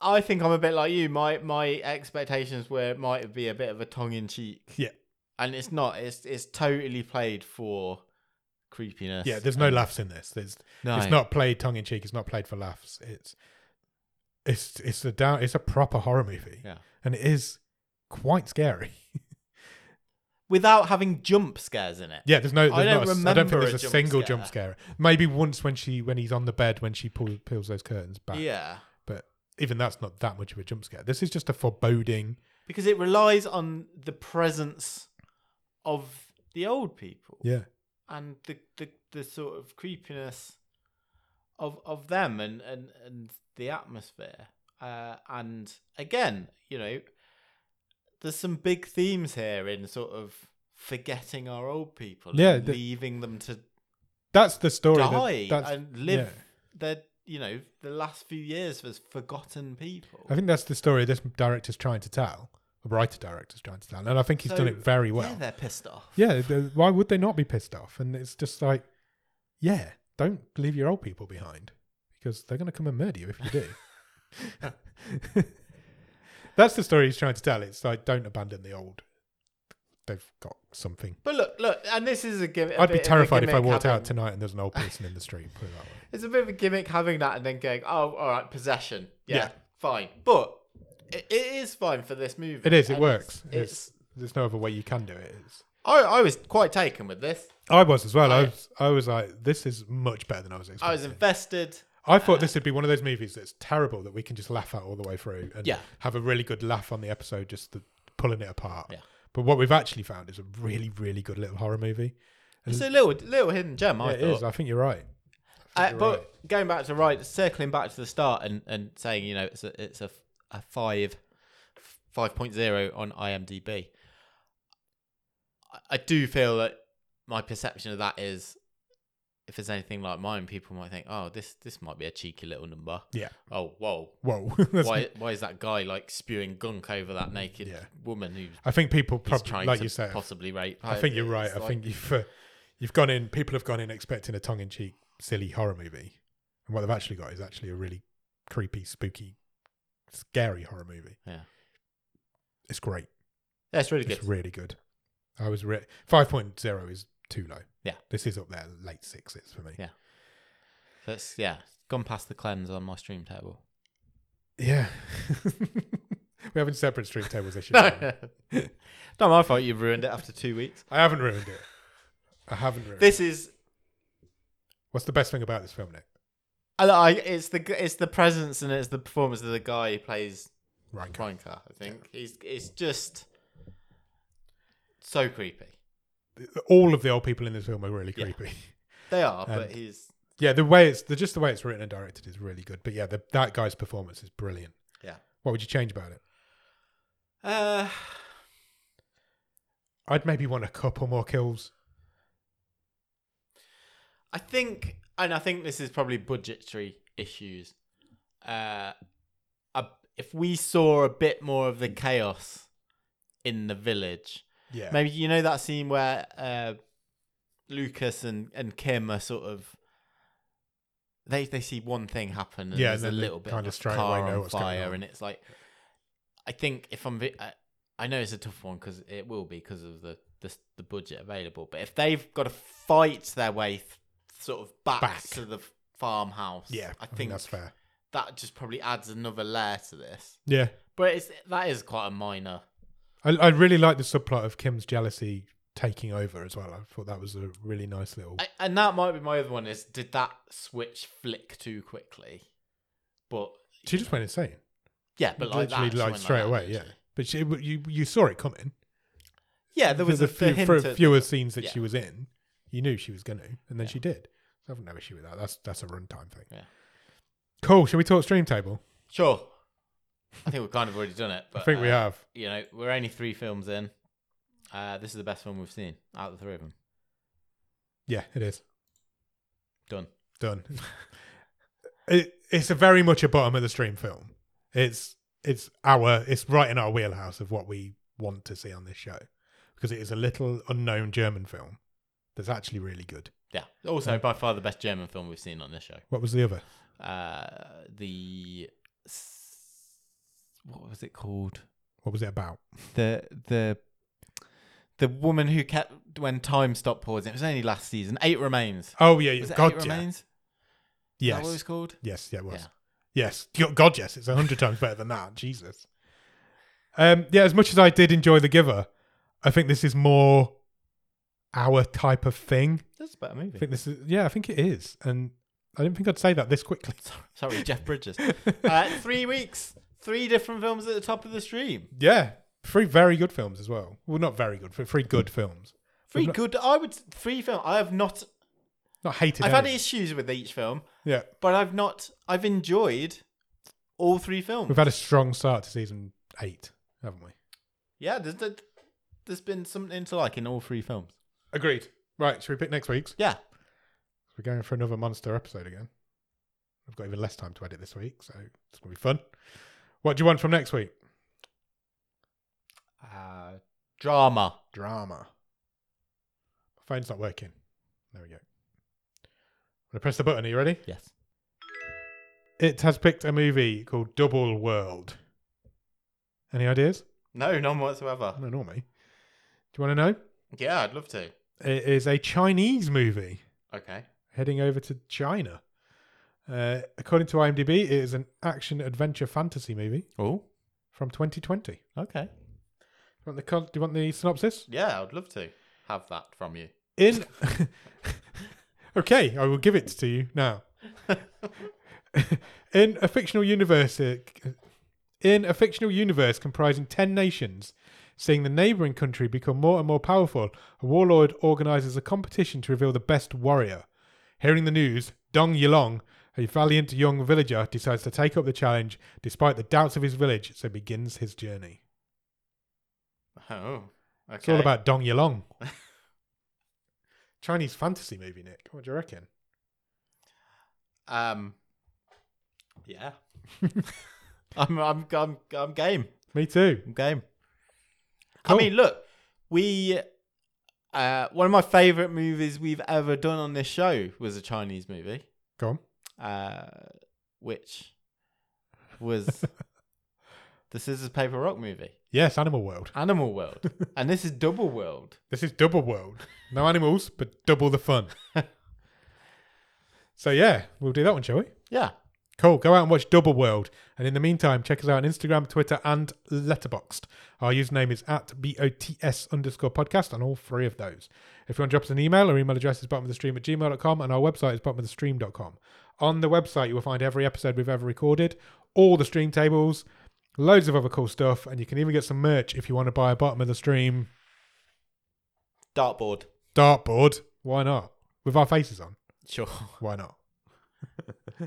S1: I think I'm a bit like you. My my expectations were might be a bit of a tongue in cheek.
S2: Yeah.
S1: and it's not. It's it's totally played for creepiness.
S2: Yeah, there's no
S1: and-
S2: laughs in this. There's
S1: No,
S2: it's not played tongue in cheek. It's not played for laughs. It's it's it's a down. It's a proper horror movie.
S1: Yeah.
S2: and it is quite scary.
S1: without having jump scares in it.
S2: Yeah, there's no. There's
S1: I don't
S2: not a s- I don't
S1: remember
S2: think there's
S1: a
S2: a,
S1: jump
S2: single
S1: scare.
S2: jump scare. Maybe once when she when he's on the bed when she pulls peels those curtains back.
S1: yeah,
S2: but even that's not that much of a jump scare. This is just a foreboding.
S1: because it relies on the presence of the old people.
S2: Yeah,
S1: and the, the, the sort of creepiness of of them and and, and the atmosphere uh, and again you know there's some big themes here in sort of forgetting our old people
S2: Yeah,
S1: and
S2: the-
S1: leaving them to
S2: that's the story. that-
S1: die
S2: that's-
S1: and live
S2: yeah.
S1: their you know the last few years as forgotten people
S2: I think that's the story this director's trying to tell. A writer director's trying to tell, and I think he's done
S1: So,
S2: it very
S1: yeah
S2: well.
S1: they're pissed off
S2: Yeah, th- why would they not be pissed off? And it's just like, yeah, don't leave your old people behind because they're going to come and murder you if you do. that's the story he's trying to tell. It's like don't abandon the old. They've got something.
S1: but look look and this is a gimmick
S2: I'd be terrified if I walked out tonight and there's an old person in the street. Put it that way.
S1: It's a bit of a gimmick having that and then going, oh, all right, possession. Yeah,
S2: Yeah.
S1: fine. But it, it is fine for this movie.
S2: It is. It
S1: And
S2: works. It's,
S1: It's, it's-
S2: there's no other way you can do it. It's,
S1: I, I was quite taken with this.
S2: I was as well. I
S1: I-
S2: was. I was like, this is much better than I was
S1: I
S2: expecting.
S1: was invested.
S2: I
S1: Uh,
S2: thought this would be one of those movies that's terrible that we can just laugh at all the way through and
S1: Yeah.
S2: have a really good laugh on the episode, just the, pulling it apart.
S1: Yeah.
S2: But what we've actually found is a really, really good little horror movie.
S1: It's a little little hidden gem,
S2: Yeah,
S1: I
S2: it
S1: thought.
S2: is. I think you're right.
S1: Uh,
S2: you're
S1: but going back to right, circling back to the start and, and saying, you know, it's a, it's a, a five, 5.0 on IMDb. I, I do feel that my perception of that is if it's anything like mine, people might think, "Oh, this this might be a cheeky little number."
S2: Yeah.
S1: Oh, whoa.
S2: Whoa. That's-
S1: Why, why is that guy like spewing gunk over that naked
S2: Yeah.
S1: woman who's
S2: I think people
S1: he's
S2: probably,
S1: trying
S2: like
S1: to
S2: you said,
S1: possibly rape?
S2: I think you're right.
S1: It's
S2: I
S1: like-
S2: think you've uh, you've gone in. People have gone in expecting a tongue-in-cheek, silly horror movie, and what they've actually got is actually a really creepy, spooky, scary horror movie.
S1: Yeah.
S2: it's great.
S1: that's really good.
S2: It's really good. I was re- five point zero is too low.
S1: Yeah.
S2: this is up there, late sixes for me.
S1: Yeah. That's yeah, gone past the cleanse on my stream table.
S2: Yeah, we're having separate stream tables this year.
S1: No, not my fault. You've ruined it after two weeks.
S2: I haven't ruined it. I haven't ruined. it.
S1: This is
S2: What's the best thing about this film, Nick?
S1: I, I, it's the it's the presence and it's the performance of the guy who plays
S2: Ryan. Coogler.
S1: Reinka. I think he's it's just so creepy.
S2: All of the old people in this film are really
S1: Yeah.
S2: creepy.
S1: They are,
S2: And-
S1: but he's
S2: Yeah, the way it's the just the way it's written and directed is really good. But yeah, the, that guy's performance is brilliant.
S1: Yeah.
S2: What would you change about it?
S1: uh,
S2: I'd maybe want a couple more kills.
S1: I think, and I think this is probably budgetary issues. Uh, I- if we saw a bit more of the chaos in the village,
S2: Yeah.
S1: maybe you know that scene where uh, Lucas and, and Kim are sort of they they see one thing happen and
S2: Yeah,
S1: there's
S2: and
S1: a
S2: then they
S1: little bit
S2: kinda
S1: of a
S2: straight
S1: car
S2: away know
S1: on
S2: what's going
S1: fire,
S2: on.
S1: and it's like I think if I'm vi- I, I know it's a tough one because it will be because of the, the the budget available, but if they've got to fight their way th- sort of back,
S2: Back.
S1: to the farmhouse,
S2: yeah,
S1: I think
S2: that's fair.
S1: that just probably adds another layer to this.
S2: Yeah.
S1: But it's that is quite a minor.
S2: I, I really like the subplot of Kim's jealousy taking over as well. I thought that was a really nice little.
S1: I, and that might be my other one is did that switch flick too quickly? But
S2: she just went insane.
S1: yeah, but like
S2: Literally,
S1: that, she
S2: like
S1: went
S2: straight
S1: that,
S2: away.
S1: didn't
S2: Yeah. But she, you you saw it coming.
S1: she? yeah. Uh, There was
S2: the,
S1: a
S2: the few,
S1: few,
S2: for
S1: hint at-
S2: fewer scenes that
S1: yeah.
S2: she was in, you knew she was going to, and then she did. So I have no issue with that. That's that's a runtime thing.
S1: Yeah.
S2: Cool. Shall we talk stream table?
S1: sure. I think we've kind of already done it. But,
S2: I think we
S1: uh,
S2: have.
S1: You know, we're only three films in. Uh, this is the best film we've seen out of the three of them.
S2: Yeah, it is.
S1: Done.
S2: Done. it, it's a very much a bottom of the stream film. It's it's our it's right in our wheelhouse of what we want to see on this show because it is a little unknown German film that's actually really good.
S1: Yeah. Also, by far the best German film we've seen on this show.
S2: What was the other?
S1: Uh, the s- what was it called?
S2: What was it about?
S1: the the the woman who kept when time stopped pausing. It was only last season. Eight remains.
S2: Oh yeah, yeah.
S1: Was it
S2: God
S1: Eight
S2: yeah.
S1: Remains? Is that what
S2: Yes.
S1: it was called?
S2: Yes, yeah, it was.
S1: Yeah.
S2: Yes, G- God, yes, it's a hundred times better than that. Jesus. Um, yeah, as much as I did enjoy The Giver, I think this is more our type of thing.
S1: That's a better
S2: I
S1: movie.
S2: think this is, yeah, I think it is, and I didn't think I'd say that this quickly.
S1: Sorry, Jeff Bridges. uh, three weeks, three different films at the top of the stream.
S2: Yeah, three very good films as well. Well, not very good, but three good films.
S1: Three
S2: not-
S1: good. I would three film. I have not.
S2: Not hated.
S1: I've had
S2: any.
S1: issues with each film,
S2: Yeah,
S1: but I've not. I've enjoyed all three films.
S2: we've had a strong start to season eight, haven't we?
S1: yeah, there's, there- there's been something to like in all three films.
S2: Agreed. Right, should we pick next week's?
S1: Yeah,
S2: We're going for another monster episode again. I've got even less time to edit this week, so it's gonna be fun. What do you want from next week?
S1: uh, drama.
S2: Drama. My phone's not working. There we go. I'm gonna press the button. Are you ready?
S1: Yes.
S2: It has picked a movie called Double World. Any ideas?
S1: No, none whatsoever.
S2: No, not me. Do you want to know?
S1: Yeah, I'd love to.
S2: It is a Chinese movie
S1: Okay.
S2: heading over to China. Uh, according to IMDb, it is an action adventure fantasy movie
S1: Oh,
S2: from 2020. Do you
S1: okay.
S2: want the, con- do you want the synopsis?
S1: Yeah, I'd love to have that from you.
S2: In okay, I will give it to you now. in a fictional universe, uh, in a fictional universe comprising ten nations, seeing the neighboring country become more and more powerful, a warlord organizes a competition to reveal the best warrior. Hearing the news, Dong Yilong, a valiant young villager, decides to take up the challenge despite the doubts of his village, so begins his journey.
S1: Oh, okay.
S2: It's all about Dong Yilong. Chinese fantasy movie, Nick. What do you reckon?
S1: Um, yeah, I'm, I'm, I'm, I'm game.
S2: Me too.
S1: I'm game.
S2: Cool.
S1: I mean, look, we. Uh, one of my favorite movies we've ever done on this show was a Chinese movie,
S2: Go on.
S1: uh, which was the Scissors Paper Rock movie,
S2: Yes, Animal World.
S1: Animal World, and this is Double World.
S2: This is double world. No animals, but double the fun. so yeah, we'll do that one, shall we?
S1: Yeah,
S2: Cool. Go out and watch Double World. And in the meantime, check us out on Instagram, Twitter, and Letterboxd. Our username is at BOTS underscore podcast on all three of those. If you want to drop us an email, our email address is bottom of the stream at gmail.com and our website is bottom of the stream.com. On the website, you will find every episode we've ever recorded, all the stream tables, loads of other cool stuff, and you can even get some merch if you want to buy a bottom of the stream
S1: dartboard.
S2: dartboard. Why not? With our faces on.
S1: Sure.
S2: why not?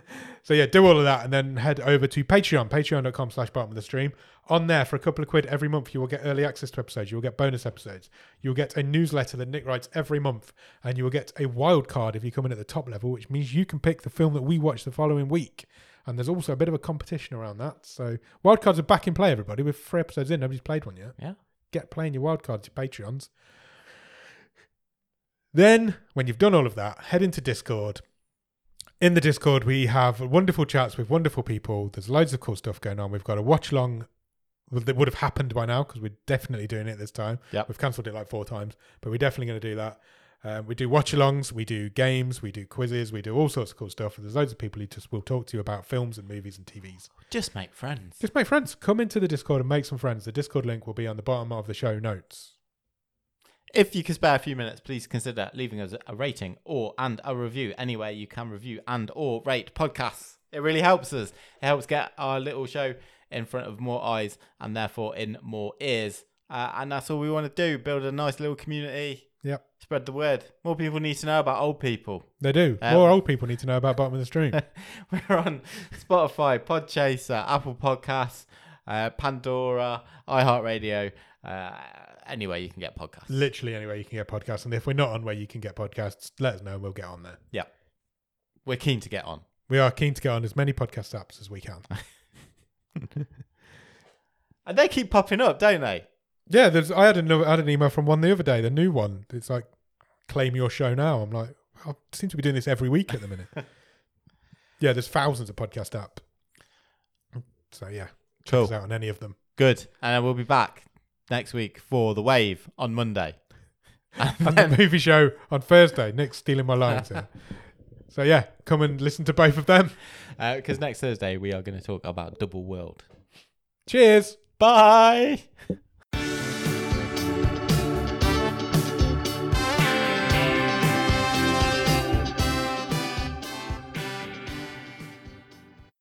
S2: so yeah, do all of that and then head over to Patreon, patreon.com slash bottom of the stream. On there for a couple of quid every month, you will get early access to episodes, you will get bonus episodes, you'll get a newsletter that Nick writes every month, and you will get a wild card if you come in at the top level, which means you can pick the film that we watch the following week. And there's also a bit of a competition around that. So wild cards are back in play, everybody. We're three episodes in, nobody's played one yet
S1: Yeah.
S2: get playing your wildcards, your Patreons. Then, when you've done all of that, head into Discord. In the Discord, we have wonderful chats with wonderful people. There's loads of cool stuff going on. We've got a watch long that would have happened by now because we're definitely doing it this time.
S1: Yep.
S2: We've cancelled it like four times, but we're definitely going to do that. Um, we do watch alongs, we do games, we do quizzes, we do all sorts of cool stuff. There's loads of people who just will talk to you about films and movies and TVs.
S1: Just make friends.
S2: Just make friends. Come into the Discord and make some friends. The Discord link will be on the bottom of the show notes.
S1: If you can spare a few minutes, please consider leaving us a rating or and a review anywhere you can review and or rate podcasts. It really helps us. It helps get our little show in front of more eyes and therefore in more ears. Uh, and that's all we want to do: build a nice little community,
S2: Yep,
S1: spread the word. More people need to know about old people.
S2: they do.
S1: Um,
S2: More old people need to know about bottom of the stream.
S1: We're on Spotify, Podchaser, Apple Podcasts, uh, Pandora, iHeartRadio. Uh, anywhere you can get podcasts.
S2: Literally anywhere you can get podcasts, and if we're not on where you can get podcasts, let us know and we'll get on there.
S1: Yeah, we're keen to get on.
S2: We are keen to get on as many podcast apps as we can.
S1: And they keep popping up, don't they?
S2: yeah, there's. I had another. I had an email from one the other day. The new one. It's like claim your show now. I'm like, I seem to be doing this every week at the minute. yeah, there's thousands of podcast app. So yeah, check
S1: Cool.
S2: us out on any of them.
S1: Good. And we'll be back next week for The Wave on Monday.
S2: and the movie show on Thursday. Nick's stealing my lines here. So yeah, come and listen to both of them.
S1: Because next Thursday, we are going to talk about Double World.
S2: Cheers.
S1: Bye.